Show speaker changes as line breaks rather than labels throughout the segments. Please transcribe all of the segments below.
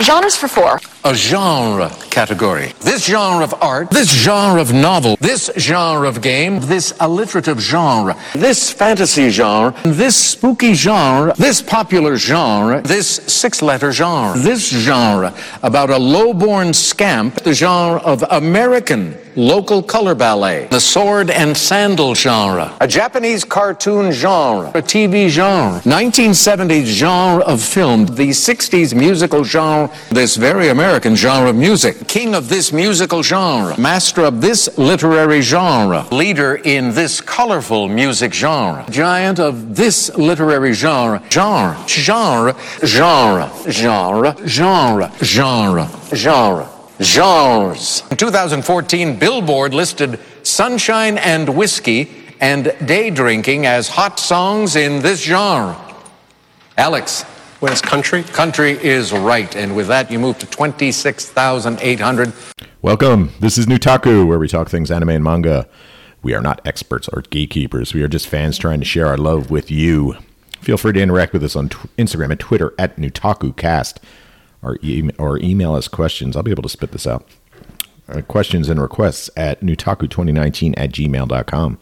Genres for four.
a genre category. This genre of art, this genre of novel, this genre of game, this alliterative genre, this fantasy genre, this spooky genre, this popular genre, this six letter genre, this genre about a lowborn scamp, the genre of American local color ballet, the sword and sandal genre, a Japanese cartoon genre, a TV genre, 1970s genre of film, the 60s musical genre, this very American genre of music, king of this musical genre, master of this literary genre, leader in this colorful music genre, giant of this literary genre, genre, genre, genre, genre, genre, genre, genre genres. In 2014, Billboard listed sunshine and whiskey and day drinking as hot songs in this genre. Alex,
When it's country,
country is right. And with that, you move to 26,800.
Welcome. This is Nutaku, where we talk things anime and manga. We are not experts or gatekeepers. We are just fans trying to share our love with you. Feel free to interact with us on tw- Instagram and Twitter at NutakuCast or, e- or email us questions. I'll be able to spit this out. Uh, questions and requests at Nutaku2019 at gmail.com.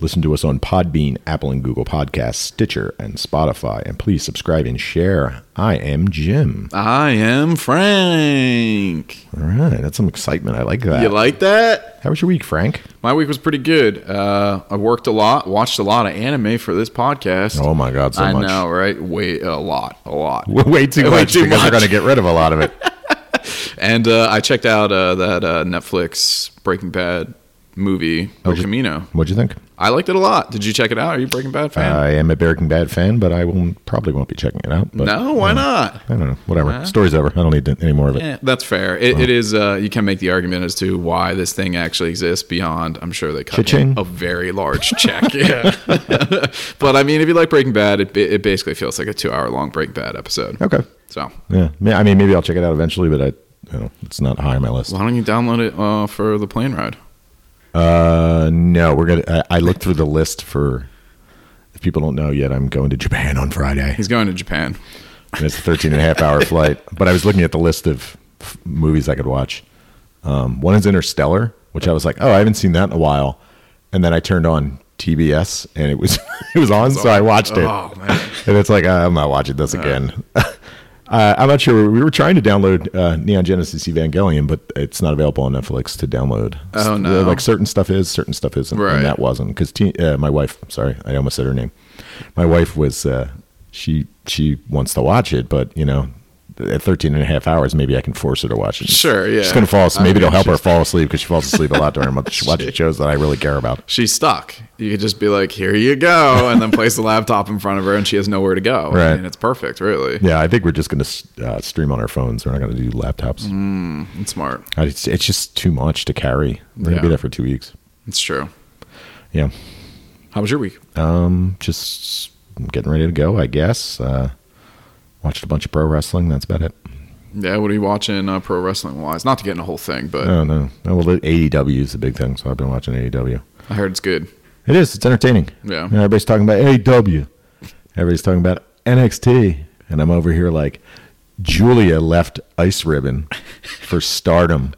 Listen to us on Podbean, Apple and Google Podcasts, Stitcher, and Spotify. And please subscribe and share. I am Jim.
I am Frank.
All right. That's some excitement. I like that.
You like that?
How was your week, Frank?
My week was pretty good. Uh, I worked a lot, watched a lot of anime for this podcast.
Oh my God, so
I
much.
know, right? Way a lot, a lot.
Way too
Way
much
too
because
much.
we're going to get rid of a lot of it.
And uh, I checked out uh, that uh, Netflix Breaking Bad movie,
Oh,
El Camino.
What'd you think?
I liked it a lot. Did you check it out? Are you a Breaking Bad fan?
I am a Breaking Bad fan, but I will probably won't be checking it out. But
no, why not?
I don't know. Whatever. Story's over. I don't need any more of it.
Eh, that's fair. It, it is. Uh, you can make the argument as to why this thing actually exists beyond. I'm sure they cut
Cha-ching.
him a very large check. Yeah. but I mean, if you like Breaking Bad, it, ba- it basically feels like a two hour long Breaking Bad episode.
Okay.
So
Yeah. Ma- I mean, maybe I'll check it out eventually, but I, you know, it's not high on my list.
why don't you download it uh, for the plane ride?
Uh, no, we're gonna. I, I looked through the list for. If people don't know yet, I'm going to Japan on Friday.
He's going to Japan.
and it's a 13 and a half hour flight. But I was looking at the list of f- movies I could watch. Um, one is Interstellar, which I was like, oh, I haven't seen that in a while. And then I turned on TBS and it was it was on, so I watched it.
Oh, man.
And it's like, uh, I'm not watching this again. Uh, I'm not sure. We were trying to download uh, Neon Genesis Evangelion, but it's not available on Netflix to download.
Oh,
S-
no.
Like certain stuff is, certain stuff isn't,
Right.
and that wasn't because te- uh, my wife. Sorry, I almost said her name. My wife was. Uh, she she wants to watch it, but you know, at 13 and a half hours, maybe I can force her to watch it.
Sure,
She's
yeah.
gonna fall.
I
asleep. Maybe
mean,
it'll help her
she's-
fall asleep because she falls asleep a lot during watch- watching shows that I really care about.
She's stuck. You could just be like, "Here you go," and then place the laptop in front of her, and she has nowhere to go.
Right.
and it's perfect, really.
Yeah, I think we're just gonna s- uh, stream on our phones. We're not gonna do laptops.
Mm-hmm. It's smart.
Uh, It's, it's just too much to carry. We're gonna be
Yeah.
there for two weeks.
It's true.
Yeah.
How was your week?
Um, just getting ready to go, I guess. Uh, watched a bunch of pro wrestling. That's about it.
Yeah, what are you watching uh, pro wrestling wise? Not to get in a whole thing, but
Oh no, no. Well, the AEW is the big thing, so I've been watching AEW.
I heard it's good.
It is. It's entertaining.
Yeah.
You know, everybody's talking about AEW. Everybody's talking about NXT, and I'm over here like Julia left Ice Ribbon for Stardom.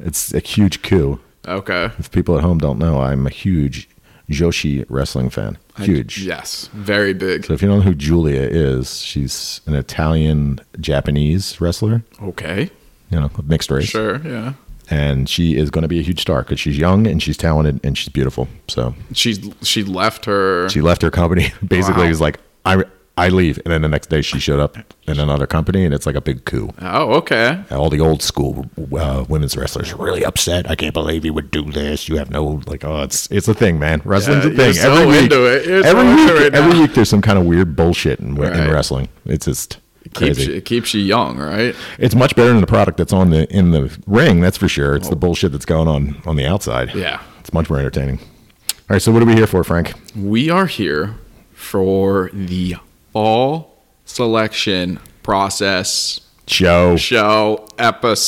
It's a huge coup.
Okay.
If people at home don't know, I'm a huge Joshi wrestling fan. Huge.
Yes, very big.
So if you don't know who Julia is, she's an Italian Japanese wrestler,
Okay,
you know, of mixed race.
sure, yeah.
And she is going to be a huge star because she's young and she's talented and she's beautiful. So
She she left her.
she left her company. Basically,
Wow.
is like I I leave, and then the next day she showed up in another company, and it's like a big coup.
oh, okay.
All the old school uh, women's wrestlers are really upset. I can't believe you would do this. You have no like, oh, it's it's a thing, man. Wrestling's
Yeah,
a
you're
thing.
so
every week,
into it. You're so
every
into
week,
it right
every
now.
week, there's some kind of weird bullshit in, in
Right.
wrestling. It's just
Keeps
crazy.
you, keeps you young, right?
It's much better than the product that's on the in the ring. That's for sure. It's the bullshit that's going on on the outside.
Yeah.
it's much more entertaining. All right, so what are we here for, Frank?
We are here for the fall selection process
Show.
show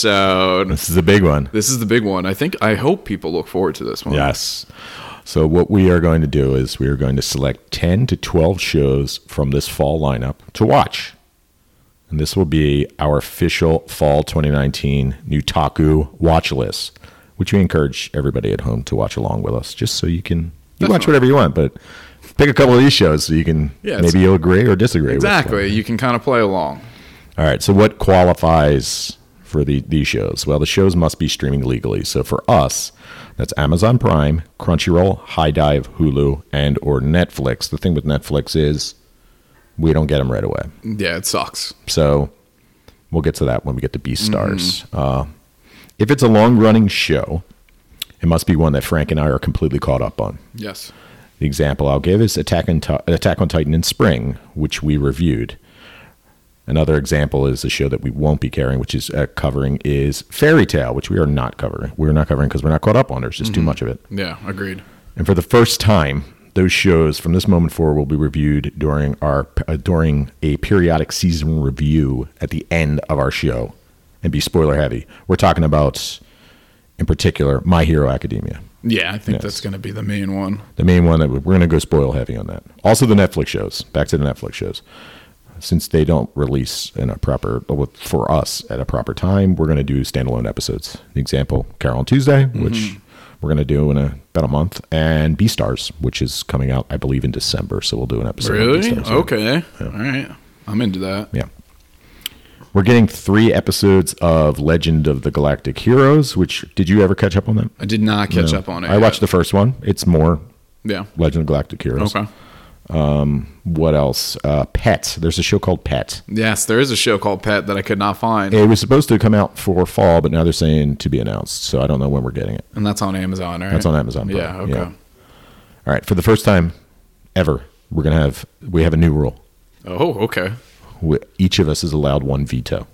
episode.
This is a big one.
This is the big one. I think I hope people look forward to this one.
Yes. So what we are going to do is we are going to select ten to twelve shows from this fall lineup to watch. And this will be our official fall 2019 Nutaku watch list, which we encourage everybody at home to watch along with us, just so you can you watch whatever you want, but pick a couple of these shows so you can
Yeah, it's-
maybe you'll agree or disagree. with them.
Exactly. You can kind of play along.
All right. So what qualifies for the these shows? Well, the shows must be streaming legally. So for us, that's Amazon Prime, Crunchyroll, High Dive, Hulu, and or Netflix. The thing with Netflix is we don't get them right away.
Yeah, it sucks.
So we'll get to that when we get to Beast Stars. Uh, if it's a long running show, it must be one that Frank and I are completely caught up on.
Yes.
The example I'll give is Attack on, Ti- Attack on Titan in spring, which we reviewed. Another example is a show that we won't be carrying, which is uh, covering, is Fairy Tale, which we are not covering. We're not covering because we're not caught up on. it. There's just too much of it.
Yeah, agreed.
And for the first time, those shows from this moment forward will be reviewed during our uh, during a periodic season review at the end of our show, and be spoiler heavy. We're talking about, in particular, My Hero Academia.
Yeah, I think
Yes.
that's going to be the main one.
The main one that we- we're going to go spoil heavy on that. Also, the Netflix shows. Back to the Netflix shows. Since they don't release in a proper well, for us at a proper time, we're going to do standalone episodes. The example: Carol on Tuesday,
Mm-hmm.
which we're going to do in a, about a month, and B Stars, which is coming out, I believe, in December. So we'll do an episode. on
Really?
Beastars, yeah.
Okay. All right. I'm into that.
Yeah. We're getting three episodes of Legend of the Galactic Heroes. Which did you ever catch up on that?
I did not catch up on it.
I watched the first one. It's more
Yeah.
Legend of Galactic Heroes.
Okay.
what else? Uh, Pet. There's a show called Pet.
Yes, there is a show called Pet that I could not find,
It was supposed to come out for fall, but now they're saying to be announced. So I don't know when we're getting it.
and that's on Amazon, right?
That's on Amazon. Prime.
Yeah. Okay.
All right. For the first time ever, we're gonna have we have a new rule.
Oh, okay.
We, each of us is allowed one veto.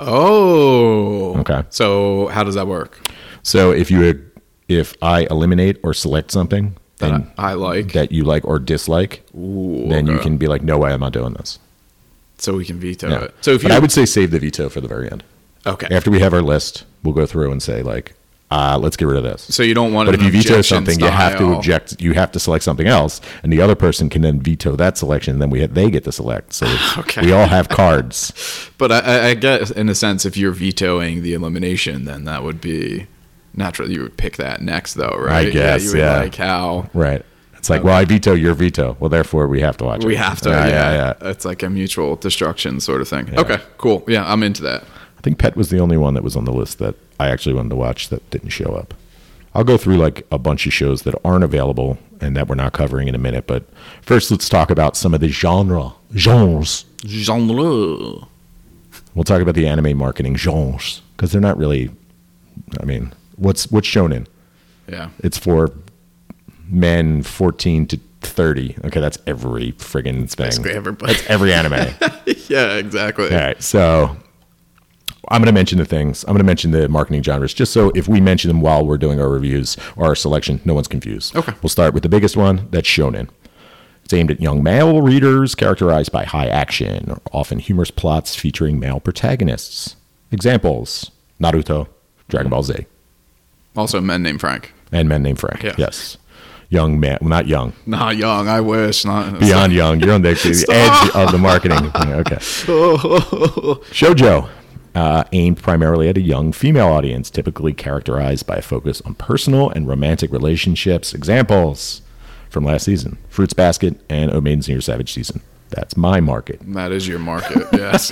Oh.
Okay.
So how does that work?
So if you if I eliminate or select something
That
then-
I like.
that you like or dislike,
Ooh,
then you
okay.
can be like, no way, I'm not doing this.
So we can veto
Yeah.
it. So if
But
you
I would say save the veto for the very end.
okay.
After we have our list, we'll go through and say like, uh, let's get rid of this.
so you don't want.
But if
an
you veto
objection
something, you have to
style.
object. You have to select something else, and the other person can then veto that selection. And then we they get to select. So
Okay.
we all have cards.
But I- I, I guess in a sense, if you're vetoing the elimination, then that would be natural. You would pick that next, though, right?
guess,
You would
yeah.
like how
Right. It's like, well, I veto your veto. Well, therefore, we have to watch.
we
it.
have to.
Yeah,
yeah,
yeah, yeah.
It's like a mutual destruction sort of thing. Okay, cool. Yeah, I'm into that.
I think Pet was the only one that was on the list that I actually wanted to watch that didn't show up. I'll go through like a bunch of shows that aren't available and that we're not covering in a minute. But first, let's talk about some of the genre genres.
Genre.
We'll talk about the anime marketing genres because they're not really. I mean, what's what's shown in?
Yeah.
It's for men 14 to 30. Okay, that's every friggin' thing.
basically everybody.
That's every anime.
yeah. Exactly.
All right, so I'm going to mention the things. I'm going to mention the marketing genres just so if we mention them while we're doing our reviews or our selection, no one's confused.
Okay.
We'll start with the biggest one that's shonen. It's aimed at young male readers characterized by high action or often humorous plots featuring male protagonists. Examples Naruto, Dragon Ball Z,
Also, men named Frank.
and Men Named Frank.
Yeah.
Yes. Young man, well, not young,
Not young. I wish. Not
beyond young. You're on the, the edge of the marketing. Yeah, Okay. Shoujo, uh, aimed primarily at a young female audience, typically characterized by a focus on personal and romantic relationships. Examples from last season Fruits Basket and O Maidens in Your Savage Season. That's my market.
That is your market. Yes.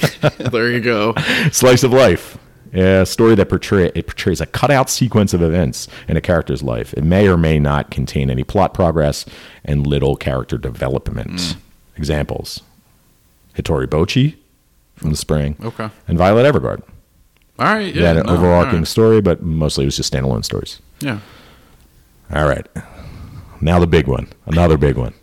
there you go.
Slice of life. A story that portray, it portrays a cutout sequence of events in a character's life. It may or may not contain any plot progress and little character development.
Mm.
Examples Hitori Bochi from the spring
Okay.
and Violet Evergarden.
All right.
They
Yeah.
had an
no,
overarching
all right.
story, but mostly it was just standalone stories.
Yeah.
All right. Now the big one. Another big one.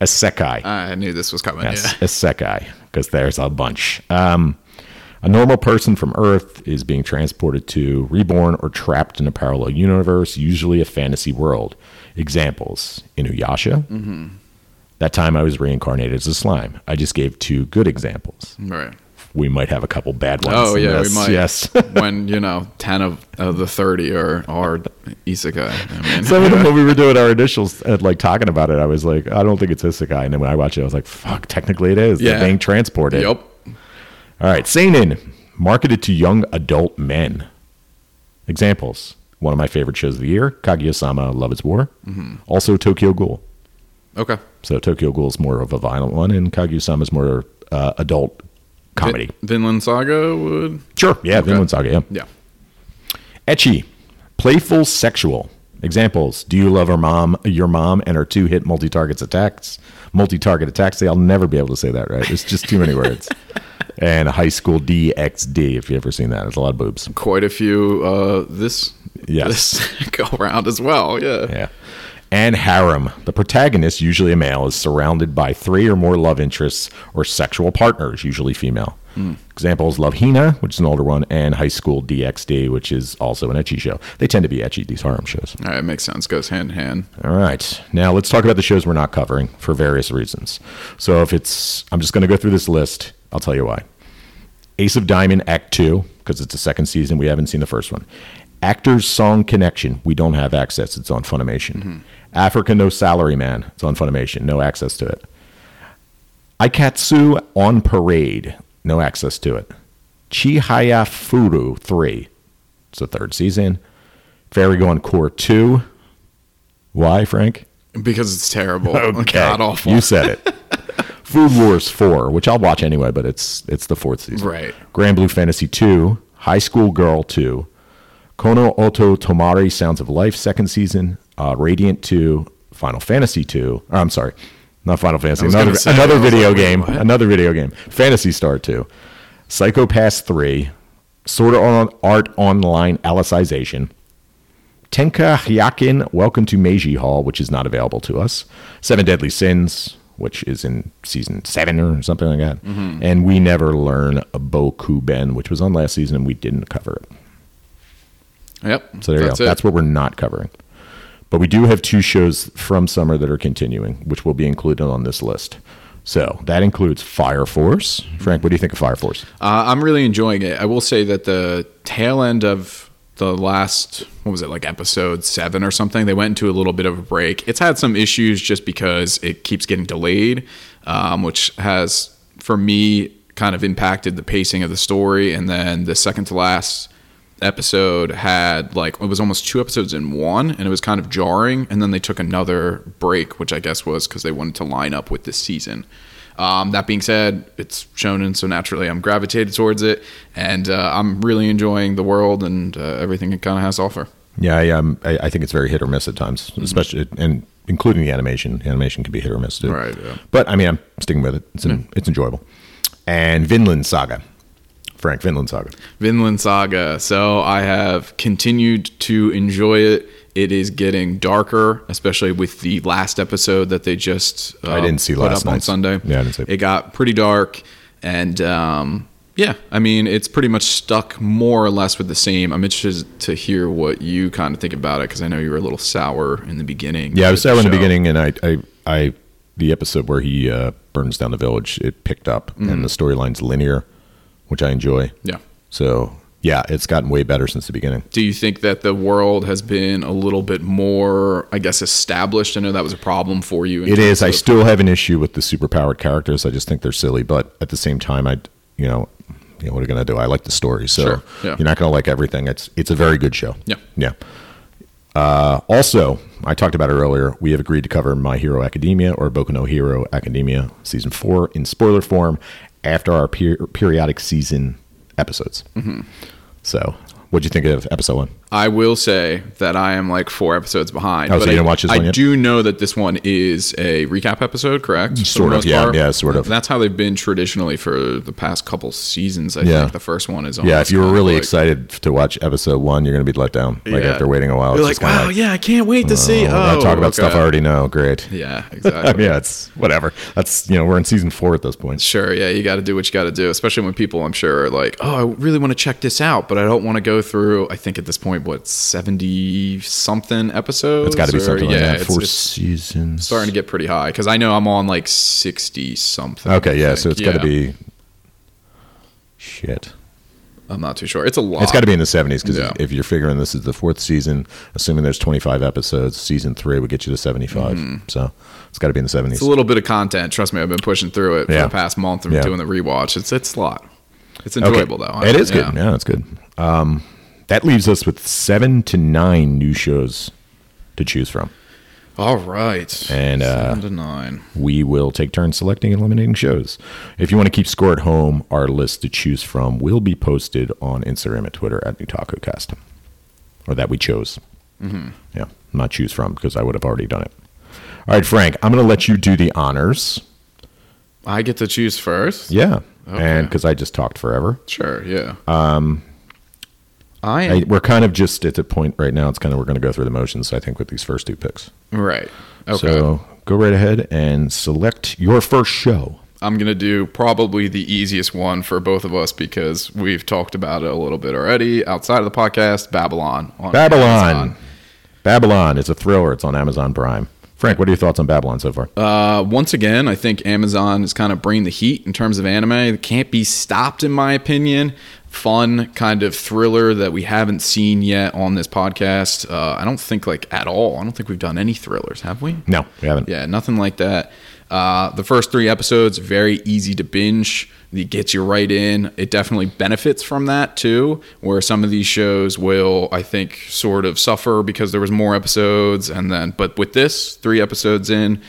A Sekai.
I knew this was coming.
Yes,
Yeah.
a Sekai, because there's a bunch. Um, a normal person from Earth is being transported to, reborn, or trapped in a parallel universe, usually a fantasy world. Examples Inuyasha.
Mm-hmm.
That time I was reincarnated as a slime. I just gave two good examples.
All right.
We might have a couple bad ones.
Oh
in
yeah,
this.
we might.
Yes.
when you know ten of, of the thirty are are isekai. I mean,
Some of them when we were doing our initials and like talking about it, I was like, I don't think it's isekai. And then when I watched it, I was like, fuck, technically it is.
Yeah.
They're being transported.
yep.
All right, seinen, marketed to young adult men. Examples: one of my favorite shows of the year, Kaguya-sama: Love Is War. Also, Tokyo Ghoul.
Okay.
So Tokyo Ghoul is more of a violent one, and Kaguya-sama is more uh, adult comedy.
Vin- Vinland Saga would.
sure, yeah, Vinland Saga. Yeah.
Yeah.
Etchy, playful, sexual. Examples: Do you love her mom? Your mom and her two hit multi-targets attacks. Multi-target attacks. See, I'll never be able to say that right. It's just too many words. And high school DXD. If you ever seen that, it's a lot of boobs.
Quite a few uh, this.
Yes.
This go around as well. Yeah.
Yeah. And harem. The protagonist, usually a male, is surrounded by three or more love interests or sexual partners, usually female. Examples Love Hina, which is an older one, and High School DxD, which is also an etchy show. They tend to be etchy, these harem shows.
All right, makes sense. Goes hand in hand.
All right. Now let's talk about the shows we're not covering for various reasons. So if it's, I'm just going to go through this list. I'll tell you why. Ace of Diamond Act Two, because it's the second season. We haven't seen the first one. Actors Song Connection. We don't have access. It's on Funimation. Africa No Salary Man. It's on Funimation. No access to it. Aikatsu on Parade. No access to it. Chihaya Furu Three. It's the third season. Fairy Go on Core Two. Why, Frank?
Because it's terrible. God awful.
You said it. Food Wars 4, which I'll watch anyway, but it's it's the fourth season.
Right.
Grand Blue Fantasy 2, High School Girl 2, Kono Oto Tomari Sounds of Life second season, uh, Radiant 2, Final Fantasy 2. or I'm sorry. Not Final Fantasy.
was
Another,
gonna say, I
another
was
video
like, wait,
game.
what?
Another video game. Fantasy Star 2, Psycho Pass 3, Sword Art Art Online Alicization, Tenka Hyakin, Welcome to Meiji Hall, which is not available to us. Seven Deadly Sins, which is in season seven or something like that.
Mm-hmm.
And We Never Learn a Boku Ben, which was on last season and we didn't cover it.
Yep.
So there
That's
you go.
it.
That's what we're not covering. But we do have two shows from summer that are continuing, which will be included on this list. So that includes Fire Force. Frank, what do you think of Fire Force?
Uh, I'm really enjoying it. I will say that the tail end of the last, what was it, like episode seven or something, they went into a little bit of a break. It's had some issues just because it keeps getting delayed, um, which has, for me, kind of impacted the pacing of the story. And then the second to last episode had like it was almost two episodes in one and it was kind of jarring and then they took another break which i guess was because they wanted to line up with this season um, that being said it's shonen so naturally i'm gravitated towards it and uh, i'm really enjoying the world and uh, everything it kind of has to offer
Yeah, I, um, I, I think it's very hit or miss at times,
Mm-hmm.
especially and including the animation. Animation can be hit or miss too.
Right, yeah.
But I mean, I'm sticking with it. It's en- it's enjoyable. And Vinland Saga, Frank Vinland Saga.
Vinland Saga. So I have continued to enjoy it. It is getting darker, especially with the last episode that they just uh,
I didn't see
put
last
up on
night's.
Sunday.
Yeah, I didn't see it.
It got pretty dark, and um, yeah, I mean it's pretty much stuck more or less with the same. I'm interested to hear what you kind of think about it because I know you were a little sour in the beginning.
Yeah, I
of
was sour in the
show.
beginning, and I I, I the episode where he uh, burns down the village, it picked up, and the storyline's linear, which I enjoy.
Mm-hmm. Yeah.
So yeah, it's gotten way better since the beginning.
Do you think that the world has been a little bit more, I guess, established? I know that was a problem for you. in
It
terms
is. I
of-
still have an issue with the superpowered characters. I just think they're silly, but at the same time, I, you know, you know what are you going to do? I like the story, so
Sure, yeah.
you're not going to like everything. It's it's a very good show.
Yeah.
yeah. Uh, also, I talked about it earlier. We have agreed to cover My Hero Academia or Boku no Hero Academia season four in spoiler form after our per- periodic season episodes.
Mm-hmm.
So, what'd you think of episode one?
I will say that I am like four episodes behind.
Oh, so you
I,
didn't watch this
I
one yet?
do know that this one is a recap episode, correct? For
Sort
the
of,
most
yeah, yeah, sort of.
That's how they've been traditionally for the past couple seasons. I
Yeah.
think the first one is.
Yeah,
almost
if you were
kind of
really
Oh, like-
excited to watch episode one, you're going to be let down. Like
Yeah.
after waiting a while,
you're
just
like,
kinda
wow, yeah, I can't wait to see.
Well, I
Oh,
talk about stuff I
okay."
already know. Great.
Yeah,
I
exactly.
mean, yeah, it's whatever. That's you know, we're in season four at this point.
Sure, yeah, you got to do what you got to do, especially when people, I'm sure, are like, oh, I really want to check this out, but I don't want to go through, I think at this point, what, 70 something episodes?
It's got to be
Or-
something like that.
it's-
Four
it's-
seasons.
starting to get pretty high because I know I'm on like 60 something. I
okay, yeah.
think.
So it's got
Yeah.
to be. Shit.
I'm not too sure. It's a lot.
It's got to be in the seventies because
Yeah.
if you're figuring this is the fourth season, assuming there's 25 episodes, season three would get you to 75.
Mm-hmm.
So it's got to be in the seventies.
It's a little bit of content. Trust me, I've been pushing through it for
Yeah.
the past month and
Yeah.
doing the rewatch. It's it's a lot. It's enjoyable though.
It is
Yeah.
good. Yeah, it's good. Um, that leaves us with seven to nine new shows to choose from.
All right.
And, uh,
Seven to nine.
We will take turns selecting and eliminating shows. If you want to keep score at home, our list to choose from will be posted on Instagram and Twitter at New Taco Cast, or that we chose.
Mm-hmm.
Yeah, not choose from because I would have already done it. All right, Frank, I'm going to let you do the honors.
I get to choose first.
Yeah,
Okay.
and because I just talked forever.
Sure. Yeah. Um, I
I,
am,
we're kind of just at the point right now. It's kind of we're going to go through the motions. I think with these first two picks.
right. Okay.
So go right ahead and select your first show.
I'm gonna do probably the easiest one for both of us because we've talked about it a little bit already outside of the podcast. Babylon. on
Babylon.
Amazon.
Babylon is a thriller. It's on Amazon Prime. Frank, what are your thoughts on Babylon so far?
Uh, once again, I think Amazon is kind of bringing the heat in terms of anime. It can't be stopped, in my opinion. Fun kind of thriller that we haven't seen yet on this podcast. Uh, I don't think like at all. I don't think we've done any thrillers, have we?
no, we haven't.
Yeah, nothing like that. Uh, the first three episodes very easy to binge. It gets you right in. It definitely benefits from that too. Where some of these shows will, I think, sort of suffer because there was more episodes, and then but with this three episodes in,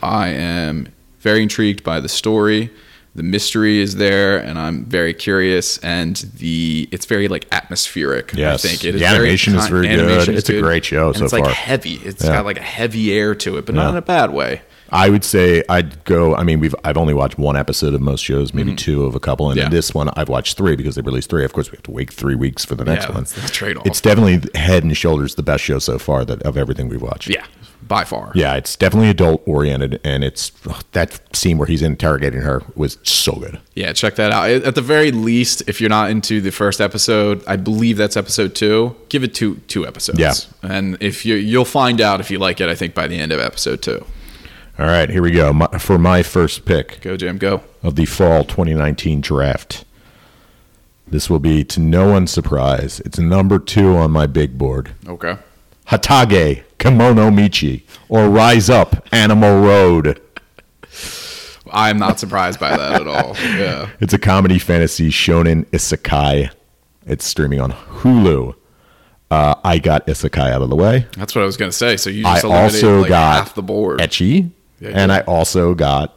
I am very intrigued by the story. The mystery is there, and I'm very curious. And the it's very like atmospheric.
Yes.
I think
The animation is very good.
animation is
It's a great show
And
so
it's like
far.
heavy. It's
Yeah.
got like a heavy air to it, but not in a bad way.
I would say I'd go. I mean, we've I've only watched one episode of most shows, maybe two of a couple, and
Mm-hmm. Yeah.
in this one I've watched three because they released three. Of course, we have to wait three weeks for the next
Yeah,
one.
that's the trade-off.
It's definitely head and shoulders the best show so far that of everything we've watched.
Yeah, by far.
Yeah, it's definitely adult oriented, and it's ugh, that scene where he's interrogating her was so good.
Yeah, check that out. At the very least, if you're not into the first episode, I believe that's episode two. Give it two two episodes.
Yeah.
and if you you'll find out if you like it. I think by the end of episode two.
All right, here we go. My, for my first pick,
Go, Jim. Go.
of the fall 2019 draft. This will be to no one's surprise. It's number two on my big board.
Okay.
Hatage Kimono Michi or Rise Up Animal Road.
I'm not surprised by that at all. Yeah.
It's a comedy fantasy shonen isekai. It's streaming on Hulu. Uh, I got isekai out of the way.
That's what I was gonna say. So you
I
just eliminated
also
like
got
half the board.
etchy,
Yeah,
and I also got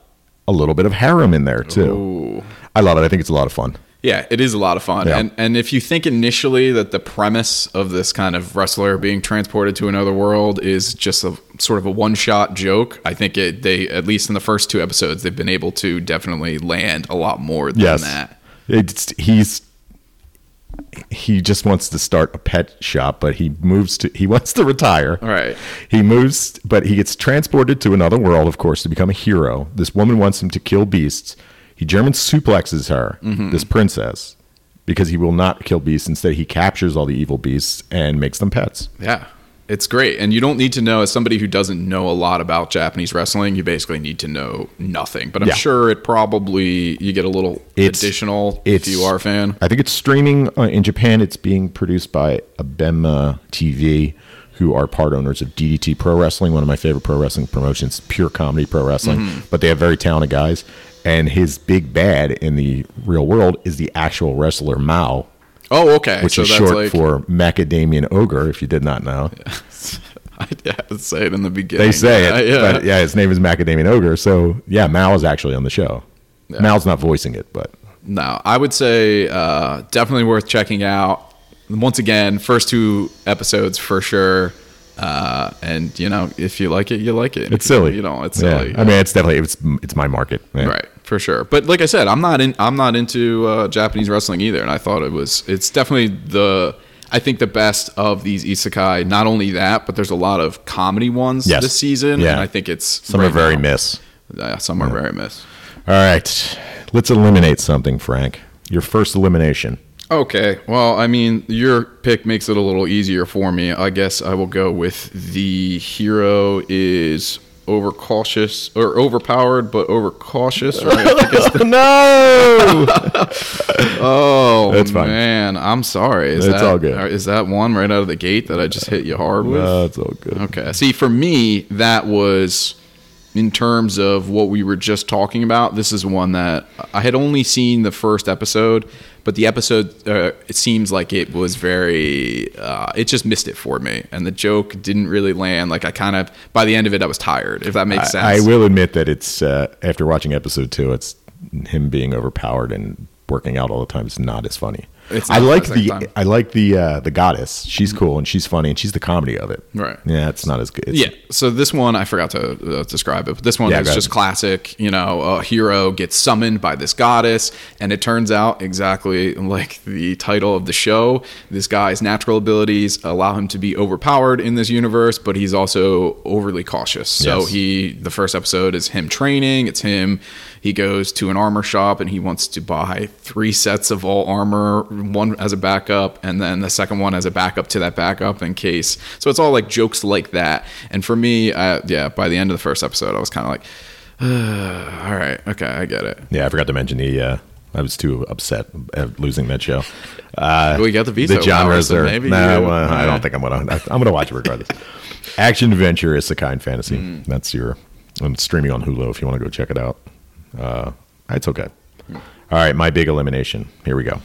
a little bit of harem in there too.
Ooh.
I love it. I think it's a lot of fun.
Yeah, it is a lot of fun.
Yeah.
And and if you think initially that the premise of this kind of wrestler being transported to another world is just a sort of a one-shot joke, I think it they at least in the first two episodes they've been able to definitely land a lot more than
yes.
that.
It's he's he just wants to start a pet shop, but he moves to he wants to retire.
All right.
He moves, but he gets transported to another world, of course, to become a hero. This woman wants him to kill beasts. He German suplexes her,
Mm-hmm.
this princess, because he will not kill beasts. Instead, he captures all the evil beasts and makes them pets.
Yeah. It's great. And you don't need to know, as somebody who doesn't know a lot about Japanese wrestling, you basically need to know nothing. But I'm
Yeah.
sure it probably, you get a little
It's-
additional
it's-
if you are a fan.
I think it's streaming uh, in Japan. It's being produced by Abema TV, who are part owners of DDT Pro Wrestling, one of my favorite pro wrestling promotions, pure comedy pro wrestling.
Mm-hmm.
But they have very talented guys. And his big bad in the real world is the actual wrestler Mao,
Oh, okay.
which is short for Macadamian Ogre, if you did not know.
I had to say it in the beginning.
They say it,
Yeah, yeah.
but yeah, his name is Macadamian Ogre. So yeah, Mao is actually on the show. Mao's not voicing it, but
No, I would say uh, definitely worth checking out. Once again, first two episodes for sure. Uh, and you know, if you like it, you like it.
it's silly.
You know, it's
Yeah.
silly.
I mean, it's definitely it's it's my market. Yeah.
right for sure. But like I said, I'm not in. I'm not into uh, Japanese wrestling either. And I thought it was. It's definitely the. I think the best of these isekai. Not only that, but there's a lot of comedy ones
Yes.
this season.
Yeah.
And I think it's
Some
right
are very
now-
miss.
Yeah, some are very miss.
All right. Let's eliminate something, Frank. Your first elimination.
Okay. Well, I mean, your pick makes it a little easier for me. I guess I will go with the hero is overcautious or overpowered, but overcautious. Right?
no.
oh,
That's fine.
man. I'm sorry. Is
It's
that,
all good.
Is that one right out of the gate that I just hit you hard with?
That's all good.
Okay. See, for me, that was in terms of what we were just talking about, this is one that I had only seen the first episode, but the episode uh, it seems like it was very uh, it just missed it for me, and the joke didn't really land. Like I kind of by the end of it, I was tired. If that makes
I, I
sense,
will admit that it's uh, after watching episode two, it's him being overpowered and working out all the time is not as funny.
It's
I
not
like
as at
the
the time. Mm-hmm.
I like the uh, the goddess. She's cool and she's funny and she's the comedy of it.
Right.
Yeah, it's not as good. It's-
Yeah. So this one, I forgot to uh, describe it, but this one
Yeah,
is
go
just
ahead.
classic. You know, a hero gets summoned by this goddess, and it turns out exactly like the title of the show. This guy's natural abilities allow him to be overpowered in this universe, but he's also overly cautious. So
Yes.
he, the first episode is him training. It's him. He goes to an armor shop and he wants to buy three sets of all armor, one as a backup, and then the second one as a backup to that backup in case. So it's all like jokes like that. And for me, I, yeah, by the end of the first episode, I was kind of like, all right, okay, I get it.
Yeah, I forgot to mention the. Uh, I was too upset at losing that show. Uh,
We got the veto
The genres
power, so
are
maybe
no. uh-huh.
you-
well, I
yeah.
don't think I'm gonna. I'm gonna watch it regardless. Action adventure is Sakai fantasy.
Mm.
That's your. I'm streaming on Hulu if you want to go check it out. Uh, it's okay.
Mm.
All right, my big elimination. Here we go.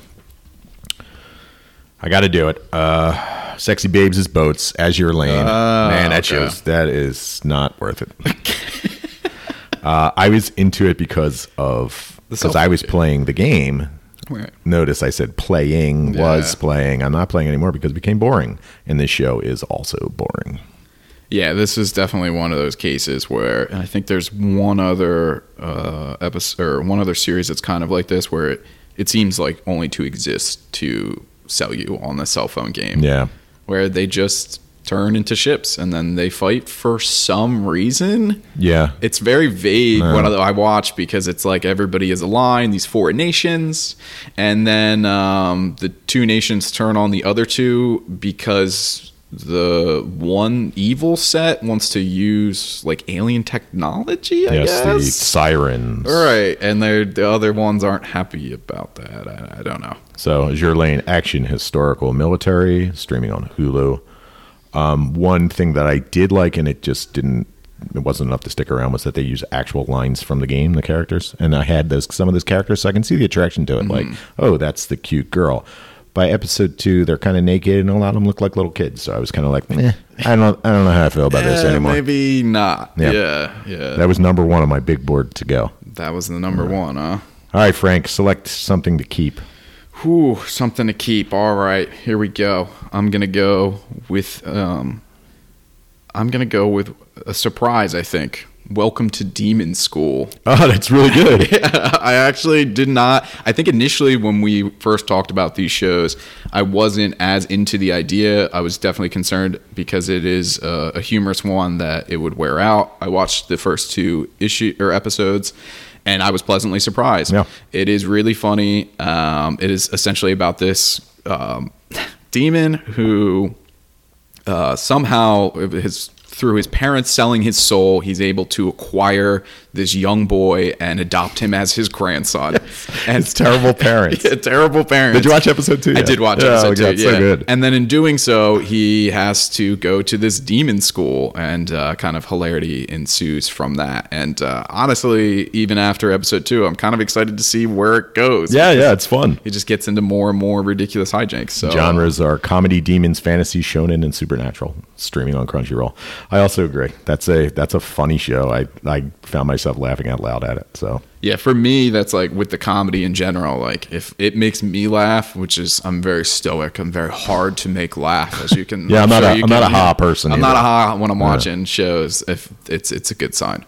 I got to do it. Uh, sexy babes is boats as your lane.
Oh,
Man, that shows that is not worth it. Uh, I was into it because of because I was
selfie.
playing the game. Notice I said playing was
Yeah.
playing. I'm not playing anymore because it became boring, and this show is also boring.
Yeah, this is definitely one of those cases where and I think there's one other uh, episode or one other series that's kind of like this, where it, it seems like only to exist to sell you on the cell phone game.
Yeah,
where they just turn into ships and then they fight for some reason.
yeah.
It's very vague what I watch because it's like everybody is aligned, these four nations, and then um, the two nations turn on the other two because the one evil set wants to use like alien technology, I
yes, the
guess.
sirens.
All right, and they're- the other ones aren't happy about that. I, I don't know.
So is your lane action historical military streaming on Hulu. Um, one thing that I did like, and it just didn't, it wasn't enough to stick around, was that they use actual lines from the game, the characters, and I had those some of those characters, so I can see the attraction to it. Like, oh, that's the cute girl. By episode two, they're kind of naked, and a lot of them look like little kids. So I was kind of like, eh, I don't, I don't know how I feel about this
Eh,
anymore.
Maybe not.
Yeah.
yeah. yeah.
That was number one on my big board to go.
That was the number one, huh?
All right, Frank, select something to keep.
Whew, something to keep. All right, here we go. I'm gonna go with um, I'm gonna go with a surprise. I think. Welcome to Demon School.
Oh, that's really good.
I actually did not. I think initially when we first talked about these shows, I wasn't as into the idea. I was definitely concerned because it is uh, a humorous one that it would wear out. I watched the first two issue or episodes, and I was pleasantly surprised.
Yeah.
It is really funny. Um, it is essentially about this um, demon who uh, somehow his through his parents selling his soul, he's able to acquire this young boy and adopt him as his grandson. And
It's terrible parents.
Yeah, terrible parents.
Did you watch episode two
I
yet?
did watch
Yeah,
episode
okay,
two.
it's so
yeah.
good.
And then in doing so, he has to go to this demon school, and uh, kind of hilarity ensues from that. And uh, honestly, even after episode two, I'm kind of excited to see where it goes.
Yeah, yeah, it's fun.
It just gets into more and more ridiculous hijinks. So
Genres are comedy, demons, fantasy, shonen, and supernatural. Streaming on Crunchyroll. I also agree. That's a that's a funny show. I I found myself laughing out loud at it. So
Yeah, for me, that's like with the comedy in general. Like, if it makes me laugh, which is I'm very stoic, I'm very hard to make laugh, as you can.
Yeah, I'm not a-
you
I'm not a ha person
I'm not a
either.
ha when I'm watching shows. If it's it's a good sign.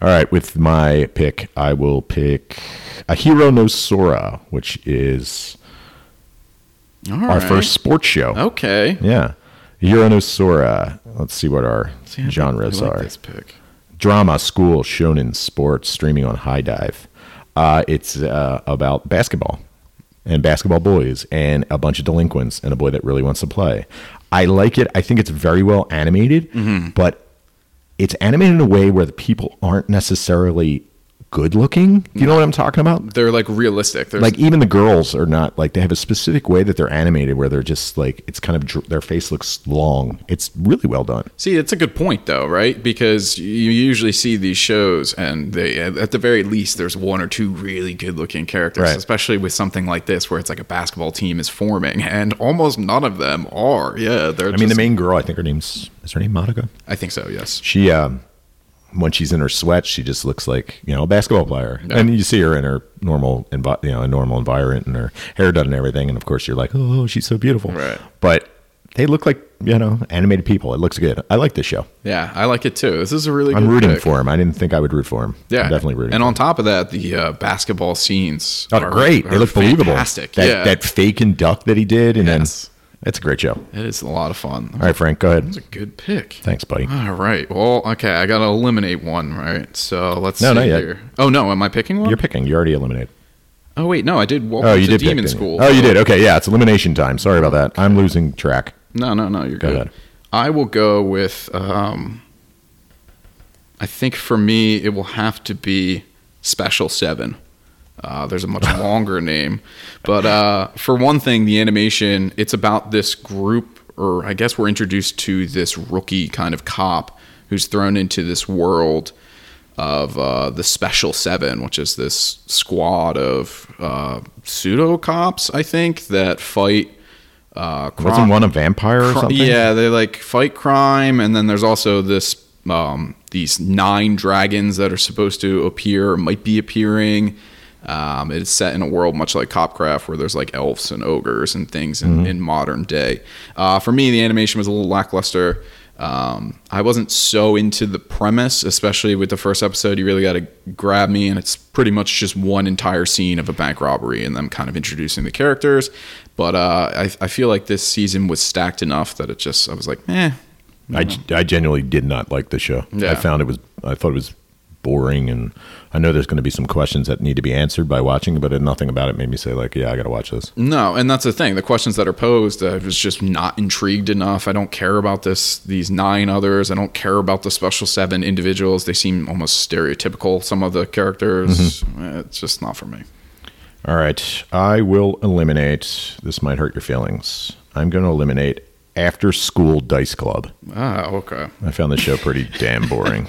all right, with my pick, I will pick a hero no Sora, which is
All
our
right.
first sports show.
Oh. Okay.
Yeah, hero no Sora. Let's see what our
See, I think
genres
I like
are.
This pick.
drama school shonen sports streaming on high dive uh, it's uh, about basketball and basketball boys and a bunch of delinquents and a boy that really wants to play i like it i think it's very well animated but it's animated in a way where the people aren't necessarily good looking. You know what I'm talking about?
They're like realistic. There's,
Like even the girls are not like they have a specific way that they're animated where they're just like it's kind of dr- their face looks long. It's really well done.
See, it's a good point though, right? Because you usually see these shows, and they, at the very least, there's one or two really good-looking characters,
Right.
especially with something like this, where it's like a basketball team is forming, and almost none of them are. Yeah, they're.
I mean, the main girl, I think her name's is her name Monica.
I think so. Yes.
She um, when she's in her sweat, she just looks like you know a basketball player. And you see her in her normal envi- you know a normal environment and her hair done and everything. And of course, you're like, oh, she's so beautiful.
Right.
But they look like you know animated people. It looks good. I like this show.
Yeah, I like it too. This is a really.
I'm
good
rooting
pick.
for him. I didn't think I would root for him.
Yeah,
I'm definitely rooting. for
And
him.
on top of that, the uh, basketball scenes
Oh, they're great. They
are
look believable.
Fantastic.
That,
yeah,
that fake and duck that he did, and
Yes.
then it's a great show.
it is a lot of fun.
All right, Frank, go ahead.
Good pick.
Thanks, buddy.
All right. Well, okay. I gotta eliminate one, right? So let's
No,
see
not yet.
here. Oh no, am I picking one?
You're picking. You already eliminated.
oh wait, no, I did. Walk
Oh, you did. pick,
Demon
didn't you?
School.
Oh, you did. Okay, yeah, it's elimination time. Sorry about that. I'm losing track.
No, no, no. You're
Go
good.
ahead.
I will go with. Um, I think for me, it will have to be Special Seven. Uh, there's a much longer name, but uh, for one thing, the animation. It's about this group, or I guess we're introduced to this rookie kind of cop who's thrown into this world of uh, the Special Seven, which is this squad of uh, pseudo cops, I think, that fight. Uh,
Wasn't
crime-
one a vampire or
cri-
something?
Yeah, they like fight crime, and then there's also this um, these nine dragons that are supposed to appear or might be appearing. Um, it's set in a world much like Copcraft, where there's like elves and ogres and things
Mm-hmm.
in, in modern day. Uh, for me, the animation was a little lackluster. Um, I wasn't so into the premise, especially with the first episode. You really got to grab me, and it's pretty much just one entire scene of a bank robbery and them kind of introducing the characters. But uh, I, I feel like this season was stacked enough that it just I was like, eh.
I, g- I genuinely did not like the show.
Yeah.
I found it was I thought it was boring, and I know there's going to be some questions that need to be answered by watching, but nothing about it made me say like, yeah, I got to watch this.
No, and that's the thing. The questions that are posed, I was just not intrigued enough. I don't care about this these nine others. I don't care about the special seven individuals. They seem almost stereotypical. Some of the characters, Eh, it's just not for me.
All right, I will eliminate. This might hurt your feelings. I'm going to eliminate After School Dice Club.
Ah, okay.
I found this show pretty damn boring.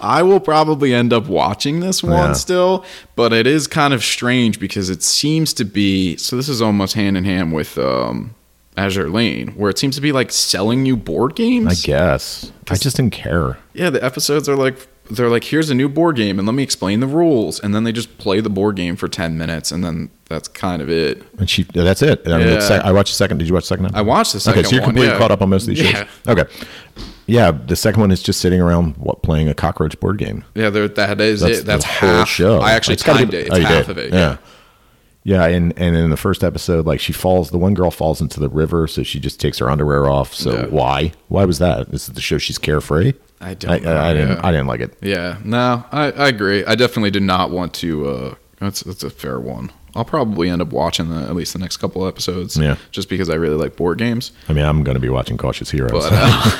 I will probably end up watching this one
Yeah.
still, but it is kind of strange because it seems to be so. This is almost hand in hand with um, Azure Lane, where it seems to be like selling you board
I
games.
guess I just didn't care.
yeah, the episodes are like they're like here's a new board game and let me explain the rules, and then they just play the board game for ten minutes, and then that's kind of it.
And she, that's it. I, mean, it's
Yeah.
sec- I watched the second. Did you watch the second? Episode?
I watched the
Okay,
second
so you're
one,
completely
yeah.
caught up on most of these
Yeah.
shows. Okay, yeah. The second one is just sitting around what playing a cockroach board game.
Yeah, there- that is
That's
it. That's
the whole
half.
show.
I actually
It's gotta
timed
be-
it.
oh,
It's
you
half
did.
of it.
Yeah. yeah, and and in the first episode, like she falls, the one girl falls into the river, so she just takes her underwear off. So
Yeah.
why? Why was that? Is it the show she's carefree?
I don't
I,
know,
I, didn't.
yeah.
I didn't like it.
Yeah, no, I, I agree. I definitely did not want to. Uh, that's that's a fair one. I'll probably end up watching the, at least the next couple episodes.
Yeah.
just because I really like board games.
I mean, I'm going to be watching Cautious Heroes.
But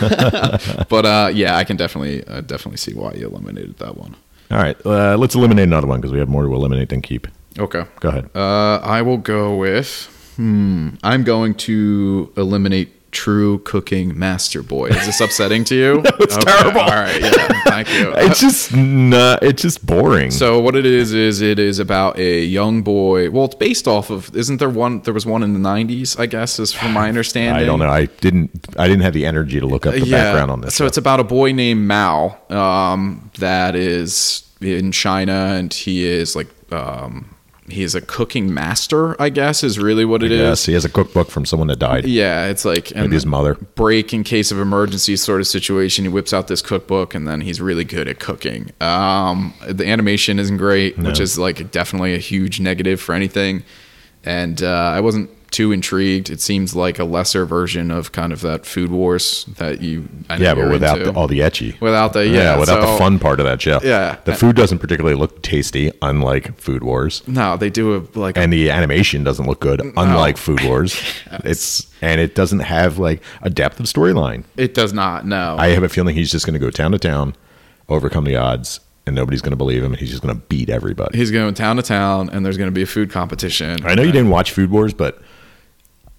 uh, but uh, yeah, I can definitely uh, definitely see why you eliminated that one.
All right, uh, let's eliminate another one because we have more to eliminate than keep.
Okay,
Go ahead.
uh, I will go with. Hmm, I'm going to eliminate. True cooking master boy. Is this upsetting to you? it's
terrible.
All right. Yeah. Thank you.
it's just nah, it's just boring.
So what it is is it is about a young boy. Well, it's based off of isn't there one? There was one in the '90s, I guess, is from my understanding.
I don't know. I didn't. I didn't have the energy to look up the background on this.
So it's about a boy named Mao um, that is in China, and he is like um, he is a cooking master. I guess is really what it is.
yes, he has a cookbook from someone that died.
Yeah, it's like and
Maybe his mother.
break in case of emergency sort of situation. He whips out this cookbook, and then he's really good at cooking. Um, the animation isn't great, which is like definitely a huge negative for anything. And uh, I wasn't too intrigued. It seems like a lesser version of kind of that Food Wars that you. I know
Yeah, but
you're
without
into.
the, all the etchy.
Without the- yeah,
without the
so-
fun part of that show.
Yeah.
the food doesn't particularly look tasty, unlike Food Wars,
no, they do a like
and the animation doesn't look good, unlike Food Wars. It's and it doesn't have like a depth of storyline.
it does not. No,
I have a feeling he's just going to go town to town, overcome the odds, and nobody's going to believe him. And he's just going to beat everybody.
He's going town to town, and there's going to be a food competition.
I know you didn't watch Food Wars, but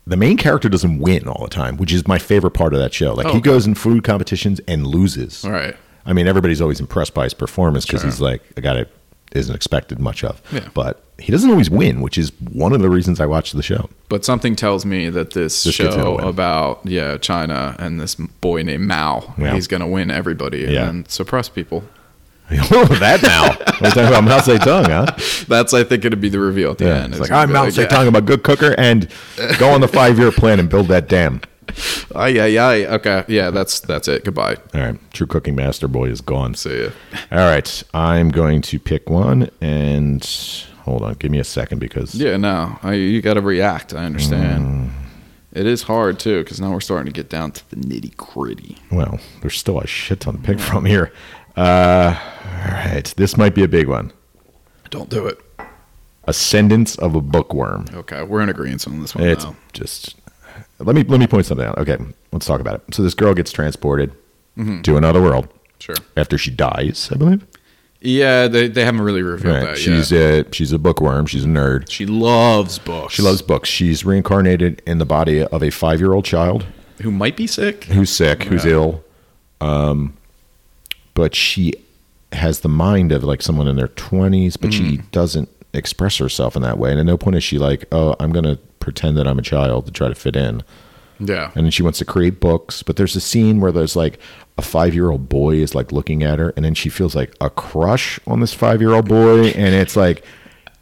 the main character doesn't win all the time, which is my favorite part of that show. Like
Oh,
he
okay.
goes in food competitions and loses.
All right.
I mean, everybody's always impressed by his performance because he's like a guy that isn't expected much of.
Yeah.
But he doesn't always win, which is one of the reasons I watched the show.
But something tells me that this,
This kid's gonna
show
win.
about yeah China and this boy named Mao,
Yeah.
he's going to win everybody and
Yeah.
then suppress people.
oh, that now. We're talking about Mao Zedong, huh?
That's I think it'd be the reveal at the
Yeah.
end.
It's like,
gonna
I'm
be
Mao
yeah.
Zedong. I'm a good cooker and go on the five year plan and build that dam.
Oh yeah, yeah. Okay, yeah. That's that's it. Goodbye.
All right. True cooking master boy is gone.
See ya.
All right. I'm going to pick one and hold on. Give me a second because
Yeah, no, I, you got to react. I understand.
Mm.
It is hard too because now we're starting to get down to the nitty gritty.
Well, there's still a shit ton to pick from here. Uh, all right, this might be a big one.
Don't do it.
Ascendance of a bookworm.
Okay, we're in agreement on this one.
It's
now.
just let me let me point something out. Okay, let's talk about it. So this girl gets transported to another world
Mm-hmm. Sure.
after she dies, I believe.
Yeah, they, they haven't really revealed
Right.
that
she's
yet.
a she's a bookworm. She's a nerd.
she loves books.
She loves books. She's reincarnated in the body of a five year old child.
who might be sick.
who's sick, who's ill. Um, but she has the mind of like someone in their twenties, but she
Mm.
doesn't express herself in that way. And at no point is she like, "Oh, I'm going to pretend that I'm a child to try to fit in."
Yeah.
And then she wants to create books, but there's a scene where there's like a five year old boy is like looking at her, and then she feels like a crush on this five year old boy, and it's like,